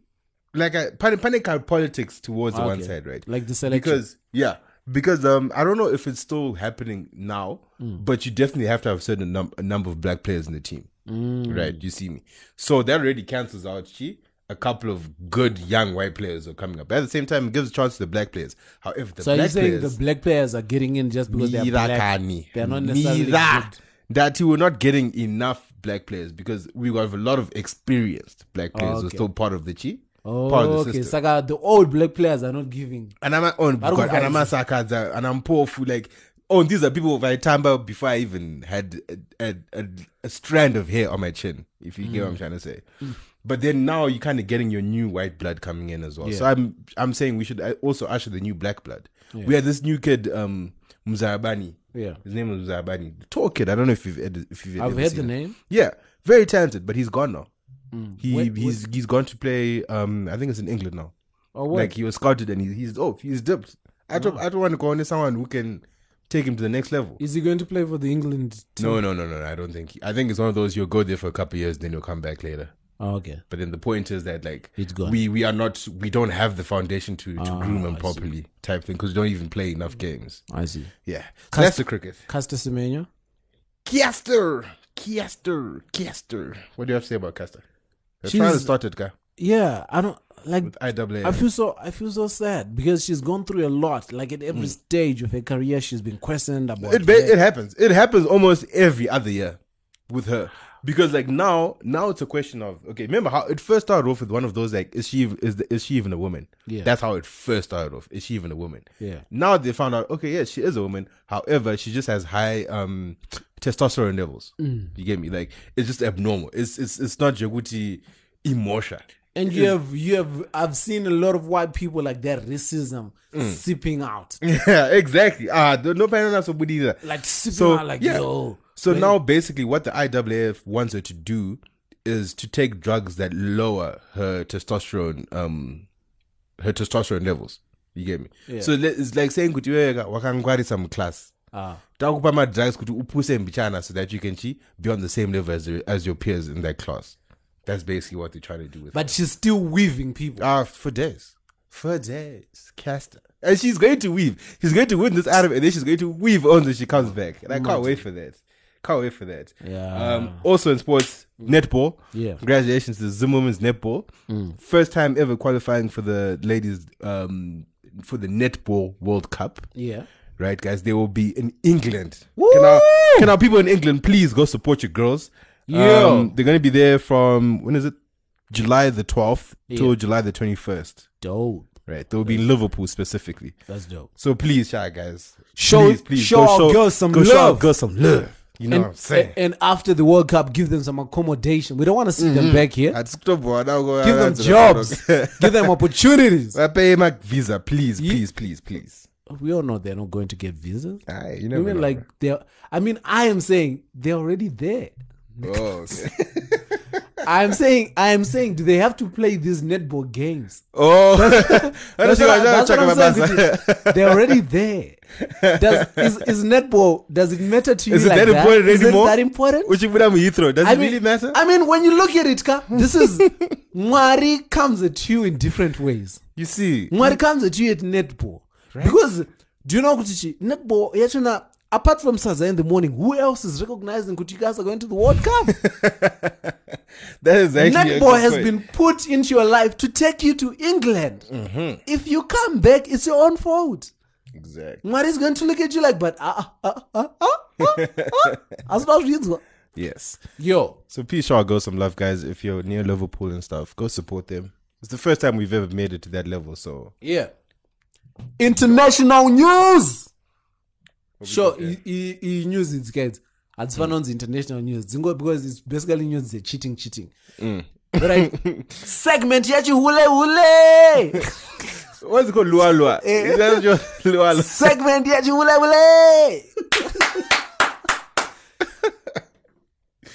Speaker 2: like I, panic, panic are politics towards the one
Speaker 1: Ah, Okay.
Speaker 2: side right
Speaker 1: Like the selection.
Speaker 2: because yeah because um i don't know if it's still happening now
Speaker 1: Hmm.
Speaker 2: but you definitely have to have a certain num- a number of black players in the team
Speaker 1: Hmm.
Speaker 2: right you see me so that already cancels out chi a couple of good young white players are coming up but at the same time it gives a chance to the black players however the
Speaker 1: so are you
Speaker 2: black
Speaker 1: saying
Speaker 2: players
Speaker 1: the black players are getting in just because they're
Speaker 2: Mira
Speaker 1: black?
Speaker 2: Kani.
Speaker 1: They're not necessarily
Speaker 2: Mira.
Speaker 1: good.
Speaker 2: That we're not getting enough black players because we have a lot of experienced black players who are
Speaker 1: okay.
Speaker 2: still part of the chi,
Speaker 1: Oh,
Speaker 2: part of the
Speaker 1: okay.
Speaker 2: system.
Speaker 1: Saka, the old black players are not giving.
Speaker 2: and I'm on
Speaker 1: Baruch
Speaker 2: God, and I'm
Speaker 1: Rise.
Speaker 2: Sakaza and I'm poor food like oh these are people I remember before I even had a, a, a, a strand of hair on my chin if you get what I'm
Speaker 1: Mm.
Speaker 2: trying to say. But then now you're kind of getting your new white blood coming in as well. So I'm I'm saying we should uh, also usher the new black blood. We had this new kid um Mzarabani.
Speaker 1: Yeah.
Speaker 2: His name was Zabani. The tall kid. I don't know if you've ed- if you've
Speaker 1: I've
Speaker 2: ever
Speaker 1: heard
Speaker 2: seen
Speaker 1: the
Speaker 2: him.
Speaker 1: name. Mm.
Speaker 2: Yeah, very talented, but he's gone now. He
Speaker 1: Where-
Speaker 2: he's he's gone to play. Um, I think it's in England now.
Speaker 1: Oh, what? Ah.
Speaker 2: Like he was scouted and he, he's oh he's dipped. I don't I don't want to go on someone who can take him to the next level.
Speaker 1: Is he going to play for the England team?
Speaker 2: No, no, no, no. I don't think. I think it's one of those you'll go there for a couple of years, then you'll come back later.
Speaker 1: Oh, okay.
Speaker 2: But then the point is that like
Speaker 1: It's gone. Ah,
Speaker 2: we we are not we don't have the foundation to, to groom him properly type thing because we don't even play enough games.
Speaker 1: I see.
Speaker 2: Yeah, so that's the cricket.
Speaker 1: Caster Semenya.
Speaker 2: Caster, Caster, Caster. What do you have to say about Caster? She's trying to
Speaker 1: She's-
Speaker 2: start it, guy.
Speaker 1: Yeah, I don't like. I
Speaker 2: IAA.
Speaker 1: feel so I feel so sad because she's gone through a lot. Like at every stage of her career, she's been questioned about.
Speaker 2: Hmm. It, ba- it happens. It happens almost every other year with her because like now, now it's a question of okay. Remember how it first started off with one of those like is she is the, is she even a woman?
Speaker 1: Yeah.
Speaker 2: that's how it first started off. Is she even a woman?
Speaker 1: Yeah.
Speaker 2: Now they found out okay, yeah, she is a woman. However, she just has high um testosterone levels.
Speaker 1: Mm.
Speaker 2: You get me? Like it's just abnormal. It's it's it's not Jaguti emotion.
Speaker 1: and you have you have I've seen a lot of white people like their racism
Speaker 2: Hmm.
Speaker 1: seeping out,
Speaker 2: Yeah, exactly. Ah, uh, no pain on somebody either.
Speaker 1: like seeping
Speaker 2: So,
Speaker 1: out, like
Speaker 2: yeah.
Speaker 1: yo.
Speaker 2: So now, basically, what the IAAF wants her to do is to take drugs that lower her testosterone, um, her testosterone levels. You get me? So le- it's like saying, "Kuti wewe wakangwari some class."
Speaker 1: Ah.
Speaker 2: Takupa ma drugs kuti upuse mbichana so that you can chi be on the same level as your, as your peers in that class. That's basically what they're trying to do with.
Speaker 1: But she's still weaving people.
Speaker 2: Ah, for days. For days. Caster. And she's going to weave. She's going to win this out of it, and then she's going to weave on when she comes back. And I can't wait for that. Can't wait for that.
Speaker 1: Yeah.
Speaker 2: Um, also in sports, netball.
Speaker 1: Yeah.
Speaker 2: Congratulations to Zim Women's Netball. First time ever qualifying for the ladies um, for the Netball World Cup.
Speaker 1: Yeah.
Speaker 2: Right, guys, they will be in England. Can our, can our people in England please go support your girls? Um,
Speaker 1: Yeah.
Speaker 2: they're going to be there from when is it? July the 12th
Speaker 1: Yeah.
Speaker 2: till July the 21st.
Speaker 1: Dope.
Speaker 2: Right, they'll be in Liverpool specifically.
Speaker 1: That's dope.
Speaker 2: So please, shy guys,
Speaker 1: Show-
Speaker 2: please, please,
Speaker 1: show our girls some
Speaker 2: go Show our
Speaker 1: love.
Speaker 2: girls some love. You know
Speaker 1: and,
Speaker 2: what I'm saying?
Speaker 1: and after the World Cup, give them some accommodation. We don't want to see them back here.
Speaker 2: I'd stop, but I'll go-
Speaker 1: give
Speaker 2: I'll
Speaker 1: them
Speaker 2: Mm-hmm. answer
Speaker 1: jobs.
Speaker 2: that.
Speaker 1: give them opportunities.
Speaker 2: I pay my visa, please, please, please, please.
Speaker 1: We all know they're not going to get visas.
Speaker 2: Aye, you
Speaker 1: I
Speaker 2: never
Speaker 1: mean,
Speaker 2: know.
Speaker 1: like they're. I mean, I am saying they're already there.
Speaker 2: oh, okay.
Speaker 1: I'm saying, I am saying, do they have to play these netball games?
Speaker 2: oh. I don't
Speaker 1: That's
Speaker 2: think
Speaker 1: what,
Speaker 2: I- I
Speaker 1: I,
Speaker 2: check my
Speaker 1: am saying.
Speaker 2: buzzer.
Speaker 1: Kuti They're already there. Does is, is netball? Does it matter to you?
Speaker 2: Is it
Speaker 1: like
Speaker 2: that important
Speaker 1: Is it
Speaker 2: anymore?
Speaker 1: that important?
Speaker 2: Which you put on Heathrow? Does
Speaker 1: I
Speaker 2: it really matter?
Speaker 1: I mean, when you look at it, ka, this is Mwari comes at you in different ways.
Speaker 2: you see,
Speaker 1: Mwari comes at you at netball because do you know Kutichi netball? Yachuna, apart from Saza in the morning, who else is recognizing Kuti you guys are going to the World Cup?
Speaker 2: that is actually a
Speaker 1: netball
Speaker 2: good
Speaker 1: has
Speaker 2: point.
Speaker 1: been put into your life to take you to England.
Speaker 2: Mm-hmm.
Speaker 1: If you come back, it's your own fault.
Speaker 2: exactly.
Speaker 1: Mwari's going to look at you like, but ah ah ah ah ah ah. As long as you-
Speaker 2: Yes.
Speaker 1: yo,
Speaker 2: So please show our girls some love, guys. If you're near Liverpool and stuff, go support them. It's the first time we've ever made it to that level, so
Speaker 1: Yeah. International news. Sure, i- i- i- news it's guys.
Speaker 2: Mm.
Speaker 1: Advanon's international news. Zingo because it's basically news they cheating, cheating.
Speaker 2: Mm.
Speaker 1: Right. Segment yachi hule hule.
Speaker 2: what's it called? Lua Lua.
Speaker 1: Eh.
Speaker 2: Is that your Lua Lua?
Speaker 1: Segment yachi hule hule.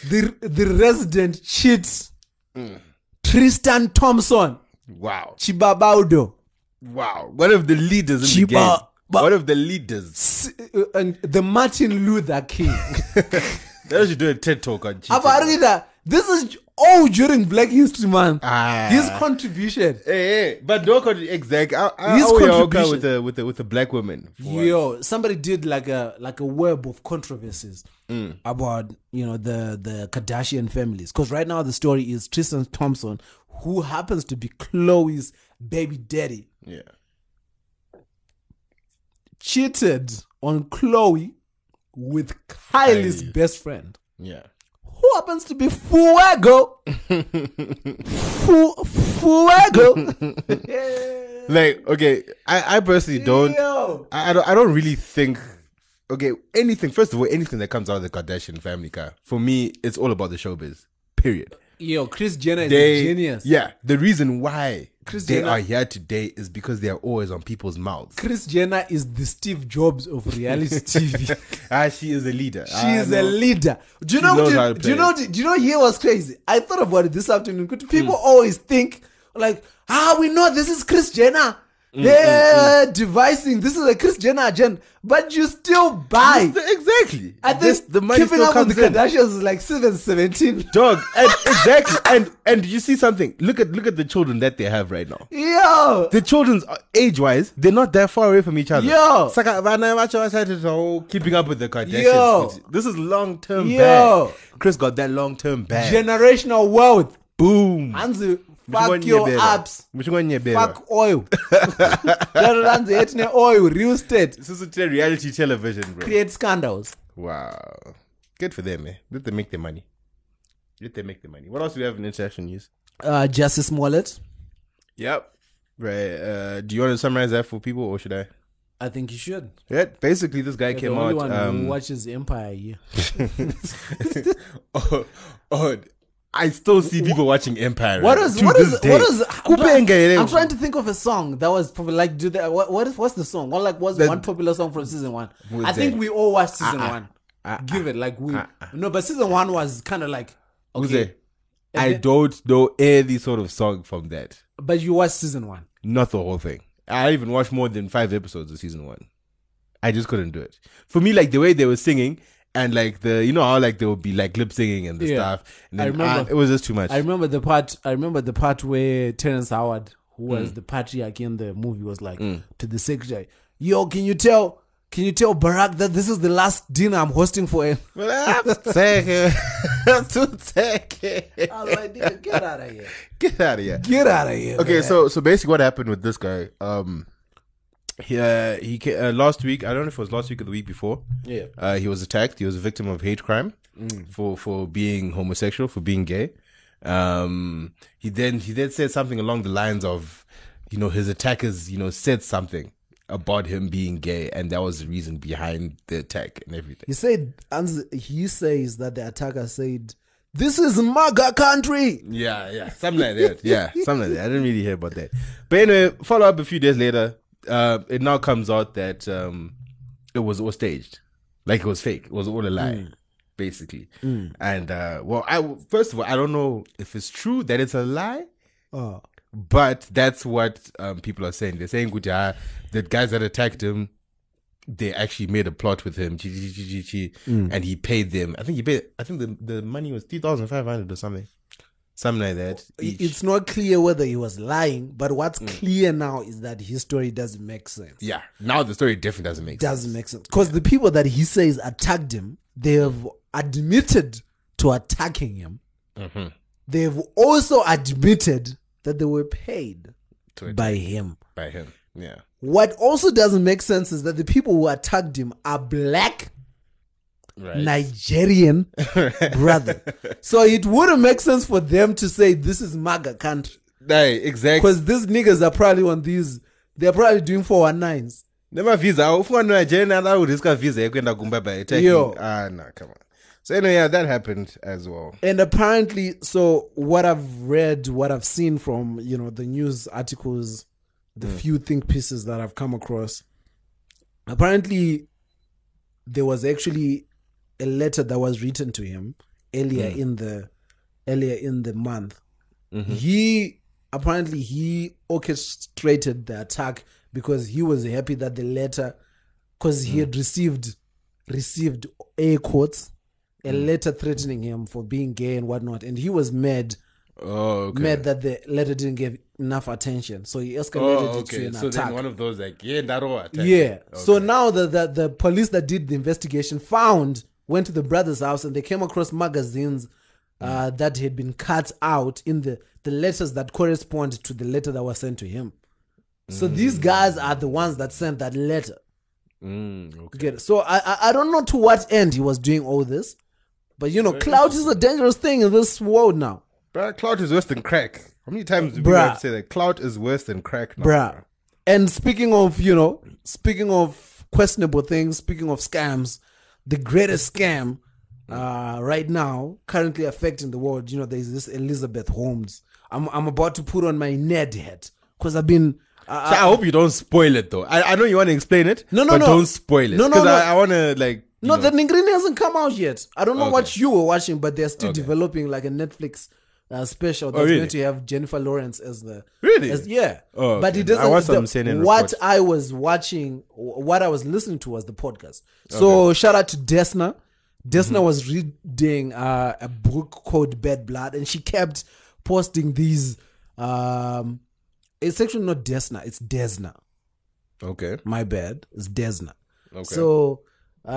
Speaker 1: the the resident cheat Tristan Thompson
Speaker 2: Wow.
Speaker 1: Chibabaudo
Speaker 2: Wow. One of the leaders in the
Speaker 1: Chiba,
Speaker 2: game.
Speaker 1: but-
Speaker 2: One of the leaders.
Speaker 1: S- uh, and the martin luther king
Speaker 2: They should do a TED talk on cheating.
Speaker 1: apa ari kuita this is all during black history month
Speaker 2: Ah.
Speaker 1: his contribution
Speaker 2: Hey, hey, but no, con- exactly. I, I,
Speaker 1: His
Speaker 2: His contribution
Speaker 1: contribution.
Speaker 2: with a with a with a black woman. for once.
Speaker 1: Yo, somebody did like a like a web of controversies about you know the the Kardashian families because right now the story is Tristan Thompson, who happens to be Chloe's baby daddy,
Speaker 2: Yeah.
Speaker 1: cheated on Chloe with Kylie's
Speaker 2: Kylie.
Speaker 1: best friend,
Speaker 2: Yeah.
Speaker 1: who happens to be Fuego. Fu- Fuego.
Speaker 2: Like, okay, I, I personally don't
Speaker 1: Yo.
Speaker 2: I, I don't I don't really think okay, anything first of all, anything that comes out of the Kardashian family car, for me, it's all about the showbiz. Period.
Speaker 1: Yo, Chris Jenner is
Speaker 2: They
Speaker 1: a genius.
Speaker 2: Yeah. The reason why
Speaker 1: Kris
Speaker 2: they
Speaker 1: Jenner-
Speaker 2: are here today is because they are always on people's mouths.
Speaker 1: Chris Jenner is the Steve Jobs of reality TV.
Speaker 2: ah, she is a leader. Ah,
Speaker 1: She is a leader. Do you
Speaker 2: She
Speaker 1: know?
Speaker 2: knows
Speaker 1: What
Speaker 2: how to
Speaker 1: you, do you
Speaker 2: play. Hmm.
Speaker 1: know? Do you know? Here was crazy. I thought about it this afternoon. 'cause People always think like, ah, we know this is Chris Jenner.
Speaker 2: Hmm,
Speaker 1: They're devising this is a Chris Jenner agenda, but you still buy.
Speaker 2: Exactly.
Speaker 1: I
Speaker 2: This-
Speaker 1: think keeping
Speaker 2: still
Speaker 1: up with the
Speaker 2: comes in.
Speaker 1: Kardashians is like seven seventeen.
Speaker 2: Dog, and exactly, and and you see something. Look at look at the children that they have right now.
Speaker 1: Yo,
Speaker 2: The children's age wise, they're not that far away from each other. uh,
Speaker 1: Yo.
Speaker 2: Saka- Vana- Vacha- Vacha- Vacha- oh, keeping up with the Kardashians.
Speaker 1: Yo.
Speaker 2: this is long term
Speaker 1: Yo.
Speaker 2: bag. Chris got that long term bag.
Speaker 1: generational wealth.
Speaker 2: Boom.
Speaker 1: Anzi,
Speaker 2: Muchingwa
Speaker 1: fuck your
Speaker 2: nyebera.
Speaker 1: apps.
Speaker 2: Muchingwa nyebera.
Speaker 1: Fuck oil. That's the oil. Real estate
Speaker 2: This is a reality television, bro.
Speaker 1: create scandals.
Speaker 2: Wow. Good for them, man. Let them make their money. Let them make their money. What else do we have in international news?
Speaker 1: Uh, Justice Smollett.
Speaker 2: Yep. Right. Uh, do you want to summarize that for people, or should I?
Speaker 1: I think you should.
Speaker 2: Yeah. Basically, this guy
Speaker 1: You're
Speaker 2: came
Speaker 1: the only
Speaker 2: out.
Speaker 1: one who
Speaker 2: Um,
Speaker 1: watches Empire here.
Speaker 2: oh, oh, I still see people watching Empire.
Speaker 1: What
Speaker 2: right?
Speaker 1: is
Speaker 2: To
Speaker 1: what
Speaker 2: this
Speaker 1: is
Speaker 2: day.
Speaker 1: what is? I'm trying,
Speaker 2: Kupenge,
Speaker 1: I'm trying to think of a song that was probably like do that. What, what is what's the song? What like was
Speaker 2: The-
Speaker 1: one popular song from season one?
Speaker 2: Who's
Speaker 1: I think
Speaker 2: that?
Speaker 1: we all watched season one.
Speaker 2: ah,
Speaker 1: Give it like we no, but season one was kind of like
Speaker 2: Who's
Speaker 1: okay,
Speaker 2: there? I don't know any sort of song from that.
Speaker 1: but you watched season one.
Speaker 2: Not the whole thing. I even watched more than five episodes of season one. I just couldn't do it. For me, like the way they were singing and like the you know how like they would be like lip singing and the
Speaker 1: Yeah.
Speaker 2: stuff. And
Speaker 1: I
Speaker 2: then,
Speaker 1: remember.
Speaker 2: ah, it was just too much.
Speaker 1: I remember the part. I remember the part where Terrence Howard, who was the patriarch in the movie, was like to the secretary, "Yo, can you tell?" Can you tell Barack that this is the last dinner I'm hosting for him?
Speaker 2: Well, I'm taking. I'm too taking.
Speaker 1: I was like, nigga, get out of here.
Speaker 2: Get out of here.
Speaker 1: Get out of here.
Speaker 2: Okay,
Speaker 1: man.
Speaker 2: so so basically, what happened with this guy? Um, he uh, he ca- uh, last week. I don't know if it was last week or the week before.
Speaker 1: Yeah.
Speaker 2: Uh, he was attacked. He was a victim of hate crime for for being homosexual, for being gay. Um, he then he then said something along the lines of, you know, his attackers, you know, said something about him being gay, and that was the reason behind the attack and everything.
Speaker 1: He said, and he says that the attacker said, "This is MAGA country."
Speaker 2: Yeah, yeah, something like that. Yeah, something like that. I didn't really hear about that. But anyway, follow up a few days later. Uh, it now comes out that um, it was all staged, like it was fake. It was all a lie, basically. And uh, well, I first of all, I don't know if it's true that it's a lie,
Speaker 1: Oh,
Speaker 2: but that's what um, people are saying. They're saying "Kuti, ah, the guys that attacked him. They actually made a plot with him, chi- chi- chi- chi- chi,
Speaker 1: Mm.
Speaker 2: and he paid them. I think he paid. I think the, the money was three thousand five hundred or something, something like that. each.
Speaker 1: it's not clear whether he was lying, but what's clear now is that his story doesn't make sense.
Speaker 2: Yeah. Now the story definitely doesn't make sense.
Speaker 1: Doesn't make sense because the people that he says attacked him, they have admitted to attacking him. They've also admitted that they were paid
Speaker 2: To it
Speaker 1: by him.
Speaker 2: by him. Yeah.
Speaker 1: What also doesn't make sense is that the people who attacked him are black
Speaker 2: Right.
Speaker 1: Nigerian brother. So it wouldn't make sense for them to say this is MAGA country
Speaker 2: Aye, exactly.
Speaker 1: because these niggas are probably on these. They're probably doing 419s.
Speaker 2: Nema visa. Ufungwa no Nigeria na uriska visa yekwenda kumbaba attacking.
Speaker 1: Yo.
Speaker 2: Ah, nah, come on. So anyway, yeah, that happened as well.
Speaker 1: And apparently, so what I've read, what I've seen from you know the news articles, the few think pieces that I've come across, apparently there was actually a letter that was written to him earlier in the earlier in the month. He apparently he orchestrated the attack because he was happy that the letter, because he had received received air quotes, a
Speaker 2: Mm.
Speaker 1: letter threatening him for being gay and whatnot, and he was mad
Speaker 2: Oh, okay.
Speaker 1: mad that the letter didn't give enough attention, so he escalated
Speaker 2: oh,
Speaker 1: it to
Speaker 2: okay.
Speaker 1: an
Speaker 2: So
Speaker 1: attack.
Speaker 2: then one of those like yeah, that all attack.
Speaker 1: Yeah. So now the, the the police that did the investigation found went to the brother's house and they came across magazines uh, that had been cut out in the the letters that correspond to the letter that was sent to him. So these guys are the ones that sent that letter.
Speaker 2: Mm, okay.
Speaker 1: You get it? So I, I I don't know to what end he was doing all this, but you know, clout is a dangerous thing in this world now,
Speaker 2: Bruh, clout is worse than crack. How many times do we
Speaker 1: Bruh.
Speaker 2: have to say that clout is worse than crack? Now,
Speaker 1: bruh. And speaking of you know, speaking of questionable things, speaking of scams, the greatest scam uh, right now currently affecting the world. You know, there's this Elizabeth Holmes. I'm I'm about to put on my nerd hat because I've been.
Speaker 2: So I
Speaker 1: Uh,
Speaker 2: hope you don't spoil it though. I, I know you want to explain it.
Speaker 1: No, no,
Speaker 2: but
Speaker 1: no.
Speaker 2: Don't spoil it.
Speaker 1: No, no,
Speaker 2: 'Cause
Speaker 1: no.
Speaker 2: I, I want to like. you
Speaker 1: no,
Speaker 2: know,
Speaker 1: the Ningrini hasn't come out yet. I don't know what
Speaker 2: Okay.
Speaker 1: you were watching, but they're still
Speaker 2: Okay. Oh,
Speaker 1: developing like a Netflix uh, special that's
Speaker 2: really?
Speaker 1: going to have Jennifer Lawrence as the
Speaker 2: Really?
Speaker 1: as- yeah.
Speaker 2: Oh,
Speaker 1: But
Speaker 2: okay.
Speaker 1: it doesn't.
Speaker 2: I watched
Speaker 1: the-
Speaker 2: some CNN
Speaker 1: what
Speaker 2: report.
Speaker 1: I was watching, wh- what I was listening to was the podcast. So shout out to Desna.
Speaker 2: Mm-hmm.
Speaker 1: Desna was reading uh, a book called Bad Blood, and she kept posting these. Um, it's actually not Desna; it's Desna.
Speaker 2: Okay.
Speaker 1: My bad. It's Desna.
Speaker 2: Okay.
Speaker 1: So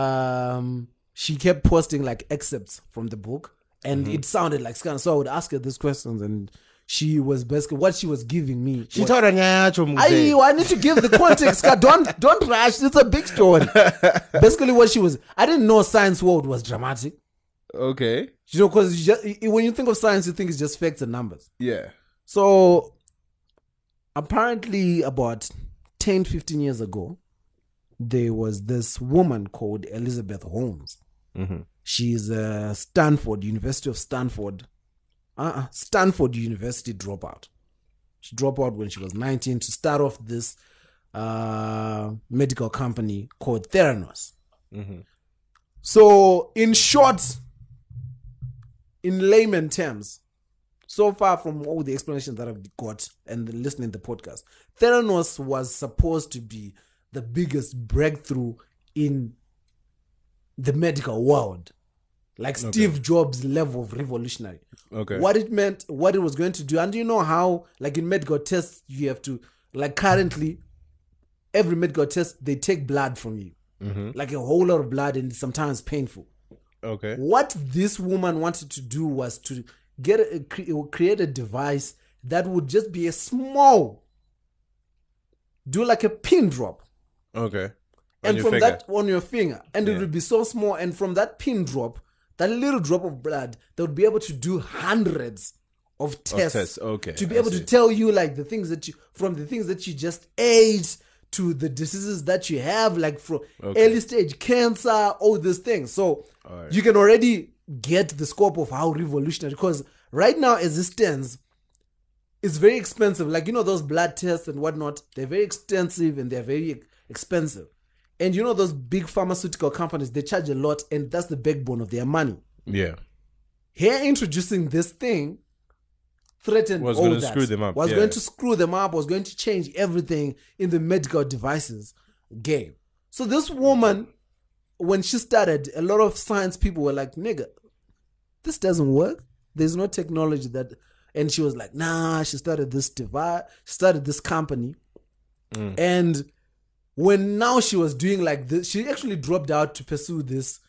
Speaker 1: um, she kept posting like excerpts from the book, and
Speaker 2: Mm-hmm.
Speaker 1: it sounded like scam. So I would ask her these questions, and she was basically what she was giving me.
Speaker 2: She
Speaker 1: was-
Speaker 2: told her, "Nyacho mzee."
Speaker 1: I, I need to give the context. 'cause don't don't rush. It's a big story. Basically, what she was, I didn't know science world was dramatic.
Speaker 2: Okay.
Speaker 1: You know, because when you think of science, you think it's just facts and numbers.
Speaker 2: Yeah.
Speaker 1: So, apparently, about 10, 15 years ago, there was this woman called Elizabeth Holmes. She's a Stanford, University of Stanford, uh, Stanford University dropout. She dropped out when she was 19 to start off this uh, medical company called Theranos. So, in short, in layman terms, so far from all the explanations that I've got and listening to the podcast, Theranos was supposed to be the biggest breakthrough in the medical world, like Steve Jobs' level of revolutionary.
Speaker 2: Okay.
Speaker 1: What it meant, what it was going to do, and you know how, like in medical tests, you have to, like currently, every medical test they take blood from you, like a whole lot of blood, and it's sometimes painful.
Speaker 2: Okay.
Speaker 1: What this woman wanted to do was to get a, cre- create a device that would just be a small, do like a pin drop,
Speaker 2: Okay. On
Speaker 1: and
Speaker 2: your
Speaker 1: from
Speaker 2: finger.
Speaker 1: that on your finger, and it would be so small, and from that pin drop, that little drop of blood, they would be able to do hundreds of tests.
Speaker 2: tests, okay,
Speaker 1: To be
Speaker 2: I
Speaker 1: able
Speaker 2: see.
Speaker 1: to tell you like the things that you from the things that you just ate to the diseases that you have, like from
Speaker 2: Okay.
Speaker 1: early stage cancer, all these things. So
Speaker 2: Alright.
Speaker 1: you can already get the scope of how revolutionary. Because right now, as it stands, it's very expensive. Like you know those blood tests and whatnot, they're very extensive and they're very expensive. And you know those big pharmaceutical companies, they charge a lot, and that's the backbone of their money.
Speaker 2: yeah.
Speaker 1: Here introducing this thing threatened
Speaker 2: Was
Speaker 1: all
Speaker 2: gonna
Speaker 1: that.
Speaker 2: screw them up,
Speaker 1: Was
Speaker 2: yeah.
Speaker 1: going to screw them up. Was going to change everything in the medical devices game. So this woman, when she started, a lot of science people were like, "Nigga, this doesn't work. There's no technology that." And she was like, "Nah." She started this device. Started this company,
Speaker 2: Mm.
Speaker 1: and when now she was doing like this, she actually dropped out to pursue this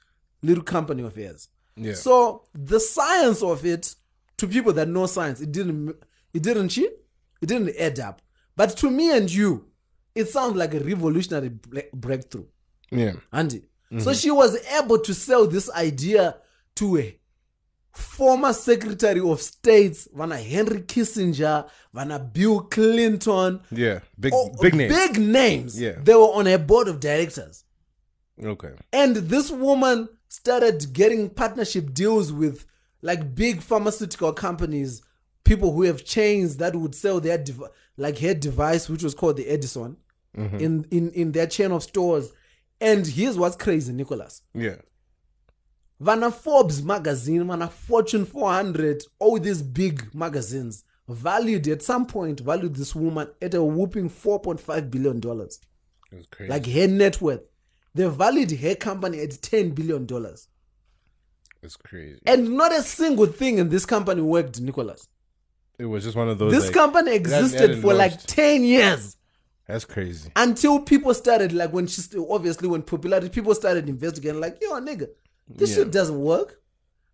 Speaker 1: little company of hers.
Speaker 2: Yeah.
Speaker 1: So the science of it, to people that know science, it didn't, it didn't, she, it didn't add up. But to me and you, it sounds like a revolutionary bre- breakthrough,
Speaker 2: Yeah.
Speaker 1: Andy.
Speaker 2: Mm-hmm.
Speaker 1: So she was able to sell this idea to a former Secretary of States, Vana Henry Kissinger, Vana Bill Clinton,
Speaker 2: Yeah. Big
Speaker 1: Oh,
Speaker 2: big name.
Speaker 1: Big names.
Speaker 2: Yeah.
Speaker 1: They were on a board of directors.
Speaker 2: okay.
Speaker 1: And this woman started getting partnership deals with like big pharmaceutical companies, people who have chains that would sell their dev- like her device, which was called the Edison, in, in in their chain of stores. And here's what's crazy, Nicholas.
Speaker 2: Yeah.
Speaker 1: Vana Forbes magazine, Vana Fortune 400, all these big magazines valued at some point valued this woman at a whooping 4.5 billion dollars
Speaker 2: It's crazy.
Speaker 1: like her net worth they valued her company at 10 billion dollars
Speaker 2: it's crazy.
Speaker 1: and not a single thing in this company worked nicholas
Speaker 2: It was just one of those.
Speaker 1: this
Speaker 2: like,
Speaker 1: company
Speaker 2: it hasn't- it
Speaker 1: existed
Speaker 2: hadn't
Speaker 1: for like
Speaker 2: launched.
Speaker 1: 10 years
Speaker 2: That's crazy.
Speaker 1: until people started like when she st- obviously when popularity people started investigating like yo nigga this
Speaker 2: Yeah.
Speaker 1: shit doesn't work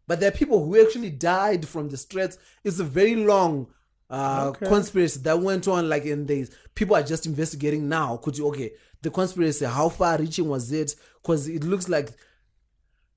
Speaker 1: but there are people who actually died from the stress it's a very long uh
Speaker 2: Okay.
Speaker 1: conspiracy that went on like in days people are just investigating now could you okay the conspiracy how far reaching was it because it looks like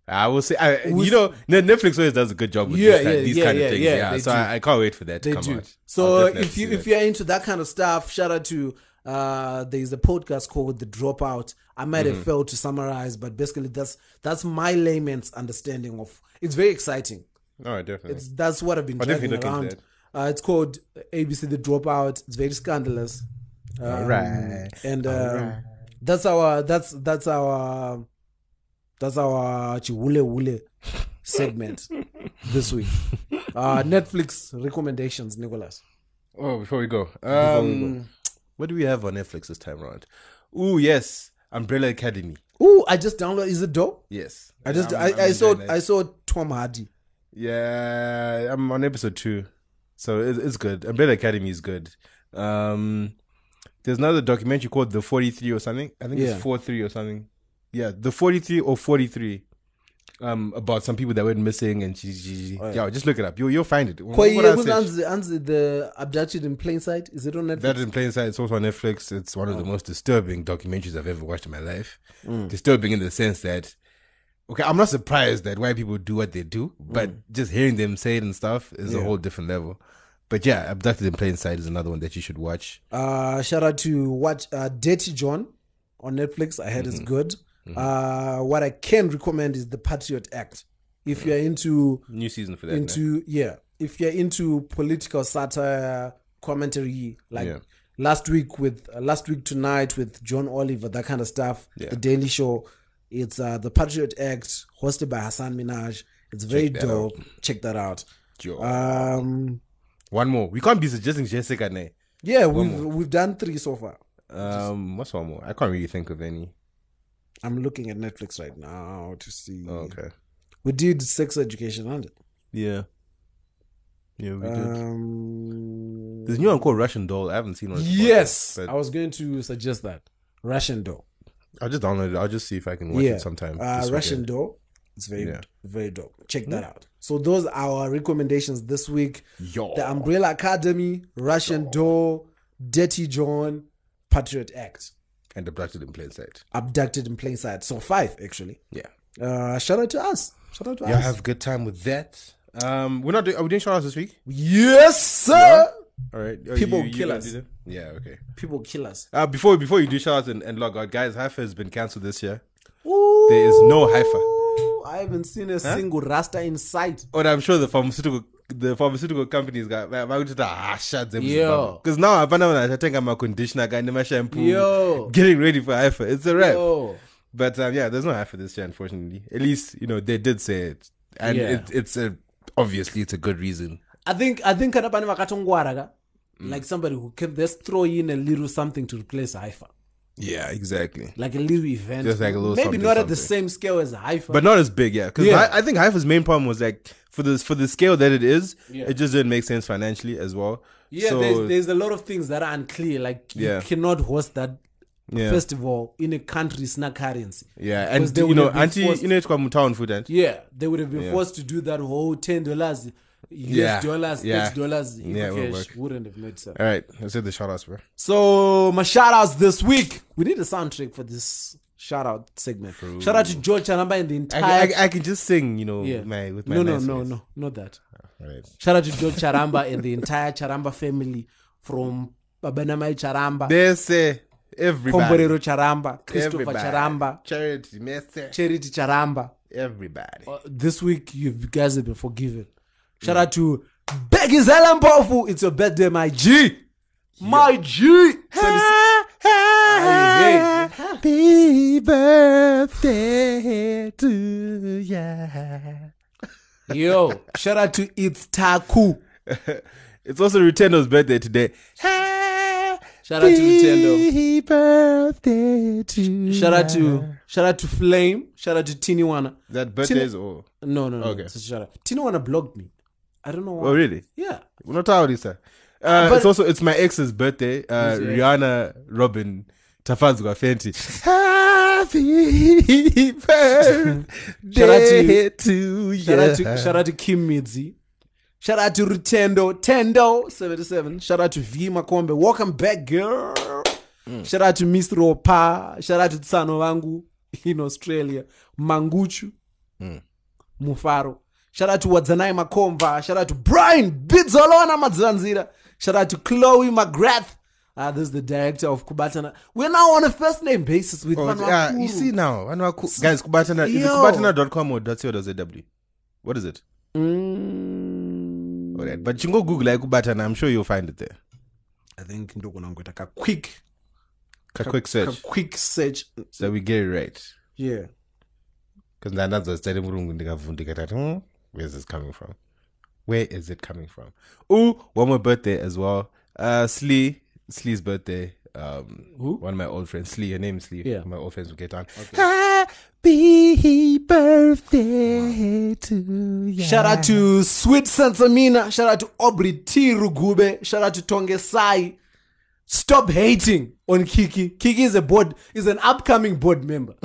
Speaker 2: I will say, I,
Speaker 1: Was-
Speaker 2: you know, Ne- Netflix always does a good job with
Speaker 1: Yeah,
Speaker 2: this, kind-
Speaker 1: yeah,
Speaker 2: these
Speaker 1: yeah,
Speaker 2: kind
Speaker 1: yeah,
Speaker 2: of things.
Speaker 1: yeah,
Speaker 2: Yeah,
Speaker 1: they
Speaker 2: so
Speaker 1: do.
Speaker 2: I, I can't wait for that to
Speaker 1: they
Speaker 2: come
Speaker 1: do.
Speaker 2: out.
Speaker 1: So
Speaker 2: I'll definitely
Speaker 1: if you
Speaker 2: see
Speaker 1: if
Speaker 2: that.
Speaker 1: you're into that kind of stuff, shout out to uh there's a podcast called The Dropout. I might
Speaker 2: Mm-hmm.
Speaker 1: have failed to summarize, but basically that's that's my layman's understanding of it's very exciting.
Speaker 2: no, definitely,
Speaker 1: It's that's what I've been
Speaker 2: I'll
Speaker 1: dragging
Speaker 2: definitely look into
Speaker 1: around. Uh, it's called ABC The Dropout. It's very scandalous. Um,
Speaker 2: Alright.
Speaker 1: And um, that's our that's that's our that's our chiwule wule segment this week. Uh, Netflix recommendations, Nicholas.
Speaker 2: Oh, before we go,
Speaker 1: go.
Speaker 2: um, what do we have on Netflix this time around? Ooh, yes, Umbrella Academy.
Speaker 1: Ooh, I just downloaded. Is it dope?
Speaker 2: Yes,
Speaker 1: I just
Speaker 2: I'm-
Speaker 1: i
Speaker 2: I'm
Speaker 1: I, saw
Speaker 2: enjoying it.
Speaker 1: I saw Tom Hardy.
Speaker 2: Yeah, I'm on episode two, so it's, it's good. Umbrella Academy is good. Um, there's another documentary called The 43 or something. I think
Speaker 1: Yeah.
Speaker 2: it's 43 or something. Yeah, The 43 or 43. Um, about some people that went missing and she, she, she-
Speaker 1: Alright.
Speaker 2: yeah, just look it up. You you'll find it.
Speaker 1: Kwa
Speaker 2: What I
Speaker 1: hiyo who's
Speaker 2: searched.
Speaker 1: Anzi- Anzi the abducted in plain sight? Is it on Netflix?
Speaker 2: That in plain sight. It's also on Netflix. It's one of the most disturbing documentaries I've ever watched in my life. Disturbing in the sense that, okay, I'm not surprised that white people do what they do, but just hearing them say it and stuff is a whole different level. But yeah, Abducted in Plain Sight is another one that you should watch.
Speaker 1: Uh, shout out to watch uh, Dirty John on Netflix. I heard
Speaker 2: Mm-hmm.
Speaker 1: it's good. Uh, what I can recommend is The Patriot Act.
Speaker 2: Mm.
Speaker 1: If you're into
Speaker 2: New season for that.
Speaker 1: into yeah, if you're into political satire commentary, like
Speaker 2: Yeah.
Speaker 1: last week with uh, last week tonight with John Oliver, that kind of stuff.
Speaker 2: Yeah.
Speaker 1: The Daily Show. It's uh, The Patriot Act, hosted by Hassan Minaj. It's very
Speaker 2: that
Speaker 1: dope. Check that out.
Speaker 2: Joe.
Speaker 1: Um,
Speaker 2: one more. We can't be suggesting Jessica. Ne?
Speaker 1: yeah, we've we've done three so far.
Speaker 2: Um, what's one more? I can't really think of any.
Speaker 1: I'm looking at Netflix right now to see.
Speaker 2: Oh, okay.
Speaker 1: We did sex education, and
Speaker 2: Yeah. Yeah,
Speaker 1: Uh,
Speaker 2: we did.
Speaker 1: um,
Speaker 2: There's a new one called Russian Doll. I haven't seen one.
Speaker 1: yes,
Speaker 2: But
Speaker 1: I was going to suggest that Russian doll.
Speaker 2: I'll just download it. I'll just see if I can watch
Speaker 1: Yeah,
Speaker 2: it sometime.
Speaker 1: uh,
Speaker 2: this
Speaker 1: Russian
Speaker 2: weekend.
Speaker 1: doll. It's very
Speaker 2: Yeah. Hmm.
Speaker 1: very dope. Check that out. So those are our recommendations this week:
Speaker 2: Yo.
Speaker 1: the Umbrella Academy, Russian doll, Dirty John, Patriot Act,
Speaker 2: and abducted in plain sight.
Speaker 1: Abducted in Plain Sight. So five actually.
Speaker 2: Yeah.
Speaker 1: Uh, shout out to us. Shout out to
Speaker 2: Y'all
Speaker 1: us.
Speaker 2: have a good time with that. Um, we're not doing, are we doing shout outs this week?
Speaker 1: yes, sir.
Speaker 2: All right. Oh,
Speaker 1: People kill
Speaker 2: gonna
Speaker 1: us.
Speaker 2: do that? Yeah, okay.
Speaker 1: People kill us.
Speaker 2: Uh, before before you do shout outs and, and log out, guys, Haifa has been cancelled this year.
Speaker 1: Ooh,
Speaker 2: There is no Haifa.
Speaker 1: I haven't seen a single rasta in sight.
Speaker 2: But Oh, I'm sure the pharmaceutical the pharmaceutical companies got man, man, just, ah, shout them
Speaker 1: Yo.
Speaker 2: Because now I've been I think I'm a conditioner guy, my shampoo.
Speaker 1: Yo.
Speaker 2: Getting ready for Haifa. It's a wrap.
Speaker 1: Yo.
Speaker 2: But um, yeah, there's no Haifa this year, unfortunately. At least, you know, they did say it. And
Speaker 1: Yeah.
Speaker 2: it, it's a obviously it's a good reason.
Speaker 1: I think I think kana pane vakatongwara ka
Speaker 2: Mm.
Speaker 1: like somebody who can just throw in a little something to replace Haifa,
Speaker 2: Yeah, exactly.
Speaker 1: like a little event,
Speaker 2: Just like a little
Speaker 1: maybe
Speaker 2: something,
Speaker 1: not at the
Speaker 2: something.
Speaker 1: same scale as Haifa,
Speaker 2: but not as big, yeah. Because
Speaker 1: Yeah.
Speaker 2: I, I think Haifa's main problem was like for the for the scale that it is,
Speaker 1: Yeah.
Speaker 2: it just didn't make sense financially as well.
Speaker 1: yeah,
Speaker 2: So,
Speaker 1: there's, there's a lot of things that are unclear. Like
Speaker 2: Yeah.
Speaker 1: you cannot host that
Speaker 2: yeah,
Speaker 1: festival in a country's not currency.
Speaker 2: yeah,
Speaker 1: 'Cause
Speaker 2: and
Speaker 1: they
Speaker 2: you
Speaker 1: would
Speaker 2: know,
Speaker 1: have been
Speaker 2: anti,
Speaker 1: forced-
Speaker 2: you know, it's called Mutawan food, and
Speaker 1: Yeah, they would have been
Speaker 2: Yeah.
Speaker 1: forced to do that whole ten dollars,
Speaker 2: Yeah.
Speaker 1: US dollars,
Speaker 2: Yeah.
Speaker 1: thirty dollars in
Speaker 2: Yeah, it won't
Speaker 1: cash
Speaker 2: work.
Speaker 1: wouldn't have made sense.
Speaker 2: All right, let's hit the shout outs, bro.
Speaker 1: So my shout outs this week. We need a soundtrack for this shout out segment. Shout out to George Chanamba and the
Speaker 2: I,
Speaker 1: entire
Speaker 2: I, I can just sing, you know,
Speaker 1: yeah.
Speaker 2: my with my
Speaker 1: no, no,
Speaker 2: nice
Speaker 1: no,
Speaker 2: voice.
Speaker 1: no, not that.
Speaker 2: All right.
Speaker 1: Shout out to George Charamba and the entire Charamba family from Babanamai Charamba,
Speaker 2: They say everybody,
Speaker 1: Comborero Charamba, Christopher
Speaker 2: everybody,
Speaker 1: Charamba,
Speaker 2: charity, message,
Speaker 1: Charity Charamba.
Speaker 2: everybody.
Speaker 1: Uh, this week you guys have been forgiven. Shout out to Becky Zalampofu. It's your birthday, my G. My G. 26
Speaker 2: Happy birthday to ya.
Speaker 1: Yo, shout out to It's Taku.
Speaker 2: It's also Rutendo's birthday today. Shout
Speaker 1: Shout out to Rutendo.
Speaker 2: Happy birthday to
Speaker 1: Shout out
Speaker 2: you.
Speaker 1: to shout out to Flame. Shout out to Tiniwana.
Speaker 2: that birthdays
Speaker 1: Tino-
Speaker 2: or
Speaker 1: No, no, no.
Speaker 2: Okay.
Speaker 1: Okay. So shout out. Tiniwana blocked me. I don't know why.
Speaker 2: oh really?
Speaker 1: Yeah.
Speaker 2: We're not out this time. Uh,
Speaker 1: but-
Speaker 2: it's also it's my ex's birthday. Uh,
Speaker 1: Yes, yeah.
Speaker 2: Rihanna Robin Tafazwa Fenty. Happy birthday
Speaker 1: you.
Speaker 2: to you.
Speaker 1: Shout out to shout out to Kim Midzi. Shout out to Rutendo Tendo seventy seven. Shout out to V Makombe. Welcome back, girl.
Speaker 2: Mm.
Speaker 1: Shout out to Miss Ropa. Shout out to Tsano Wangu in Australia. Manguchu.
Speaker 2: Mm.
Speaker 1: Mufaro. Shout out to Wadzanai Makomba. Shout out to Brian Bidzolona Madzanzira. Shout out to Chloe McGrath. Ah, this is the director of Kubatana. We're now on a first name basis with
Speaker 2: Oh,
Speaker 1: Vanhu
Speaker 2: yeah, you
Speaker 1: Vakuru.
Speaker 2: see now, Vanwaku- guys, Kubatana is it
Speaker 1: Yo.
Speaker 2: kubatana.com or .co.zw? What is it?
Speaker 1: Mm.
Speaker 2: All right, but you can go Google like Kubatana. I'm sure you'll find it there.
Speaker 1: I think ndogona kungoita ka quick
Speaker 2: A quick search
Speaker 1: quick search
Speaker 2: so we get it right.
Speaker 1: yeah
Speaker 2: Because Nandazo is telling Murungu ndikavhu- ndikati, "Hmm, where's this coming from? Where is it coming from? Ooh, one more birthday as well. Uh, Slee, Slee's birthday. Um,
Speaker 1: Who?
Speaker 2: One of my old friends, Slee. Her name is Slee.
Speaker 1: Yeah.
Speaker 2: My old friends will get on. Happy birthday to you.
Speaker 1: shout out to sweet sansamina shout out to aubrey t rugube shout out to tonge sai stop hating on kiki kiki is a board is an upcoming board member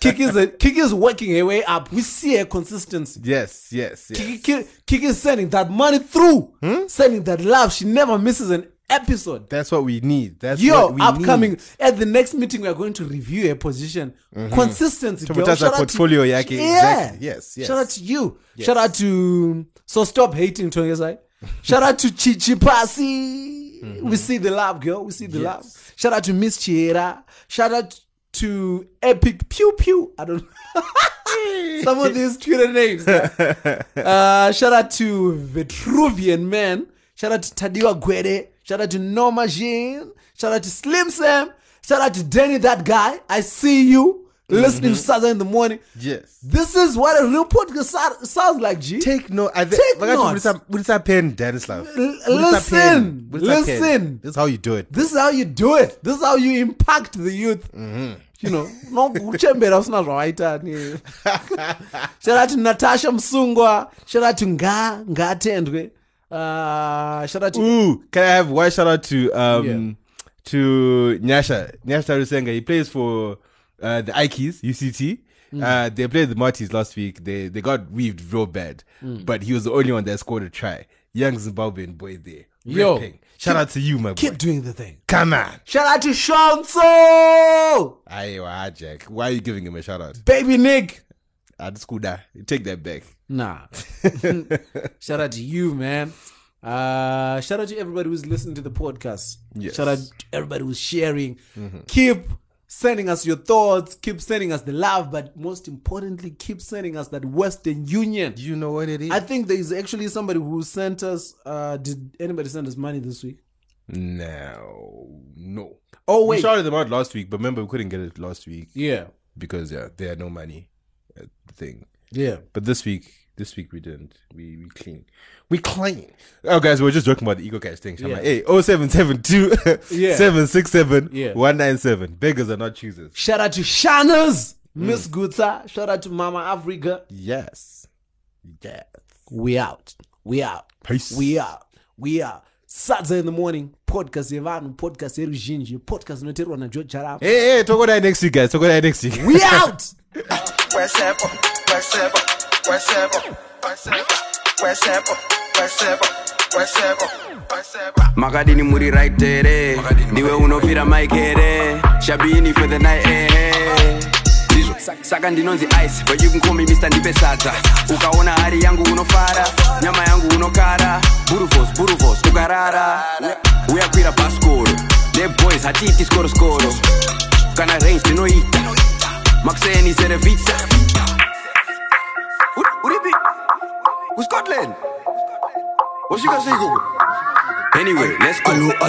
Speaker 1: kiki is a, kiki is working her way up we see her consistency
Speaker 2: Yes, yes, yes.
Speaker 1: kiki, kiki, kiki is sending that money through
Speaker 2: Hmm?
Speaker 1: sending that love she never misses an episode
Speaker 2: That's what we need. That's
Speaker 1: Yo,
Speaker 2: what we
Speaker 1: upcoming
Speaker 2: Need.
Speaker 1: at the next meeting, we are going to review a position consistency.
Speaker 2: Mm-hmm. To
Speaker 1: girl.
Speaker 2: protect
Speaker 1: Shout out
Speaker 2: our
Speaker 1: to-
Speaker 2: portfolio, yake.
Speaker 1: Yeah.
Speaker 2: Exactly. Yes, yes.
Speaker 1: Shout out to you. Shout out to so stop hating Tongesai. Shout out to Chichi Pasi.
Speaker 2: Mm-hmm.
Speaker 1: We see the love, girl. We see the love. Shout out to Miss Chiera. Shout out to Epic Pew Pew. I don't know. Some of these Twitter names. Uh, shout out to Vitruvian Man. Shout out to Tadiwa Gwede. Shout out to Norma Jean. Shout out to Slim Sam. Shout out to Danny, that guy. I see you listening to Saturday in the morning.
Speaker 2: Yes.
Speaker 1: This is what a real podcast sou- sounds like, G.
Speaker 2: take no I
Speaker 1: Take
Speaker 2: think
Speaker 1: notes.
Speaker 2: What's that pen, Danislav?
Speaker 1: listen, listen.
Speaker 2: This is how you do it.
Speaker 1: This is how you do it. This is how you impact the youth. You know, no kuchembera usina zvawaita. ne. Shout out to Natasha Msungwa. Shout out to Nga Nga Tendwe. Uh, shout out to
Speaker 2: Ooh, can I have one shout out to um
Speaker 1: Yeah.
Speaker 2: to Nyasha Nyasha Rusenga? He plays for uh, the Ikes UCT. Uh, they played the Martis last week. They they got weaved real bad, but he was the only one that scored a try. Young Zimbabwean boy there.
Speaker 1: Yo.
Speaker 2: ripping. shout out to you, my boy.
Speaker 1: keep doing the thing.
Speaker 2: Come on,
Speaker 1: Shout out to Shanso,
Speaker 2: Ayo, Jack. Why are you giving him a shout out?
Speaker 1: baby Nick.
Speaker 2: At school, da. take that back.
Speaker 1: Nah. shout out to you, man. Uh, shout out to everybody who's listening to the podcast.
Speaker 2: Yes.
Speaker 1: Shout out to everybody who's sharing. Keep sending us your thoughts. Keep sending us the love, but most importantly, keep sending us that Western Union.
Speaker 2: You know what it is?
Speaker 1: I think there is actually somebody who sent us. Uh, did anybody send us money this week?
Speaker 2: No, no.
Speaker 1: Oh
Speaker 2: We
Speaker 1: wait,
Speaker 2: shouted them out last week, but remember we couldn't get it last week
Speaker 1: yeah,
Speaker 2: because yeah, they had no money uh, thing.
Speaker 1: yeah.
Speaker 2: But this week, this week we didn't. We we clean. We clean. Oh guys, we were just joking about the ego cash thing. Shama.
Speaker 1: Yeah.
Speaker 2: Hey, 0772
Speaker 1: Yeah.
Speaker 2: 767
Speaker 1: Yeah.
Speaker 2: 197. Beggars are not choosers.
Speaker 1: Shout out to Shannas, Miss Gutsa. Shout out to Mama Africa.
Speaker 2: Yes. Yes.
Speaker 1: We out. We out.
Speaker 2: Peace.
Speaker 1: We out. We out. Saturday in the morning, podcast yevanhu, podcast yeruzhinji, podcast inoteerwa nageorge Jarama.
Speaker 2: Hey, hey, talk about that next week, guys. Talk about that next week.
Speaker 1: We out.
Speaker 5: Wherever, wherever, wherever, wherever, wherever, wherever, wherever, wherever.
Speaker 3: makadini muri right here ndiwe unofira mike here shabini for the night ehe ndizvo Sa- saka ndinonzi ice but you can call me mr ndipe sadza ukaona hari yangu unofara nyama yangu unokara buruvos buruvos ukarara uyakwira bhasikoro neboys hatiiti skoroskoro kana range ndinoita makuseni serevita Uri- uripi uscotland wasvika seiko anyway let's go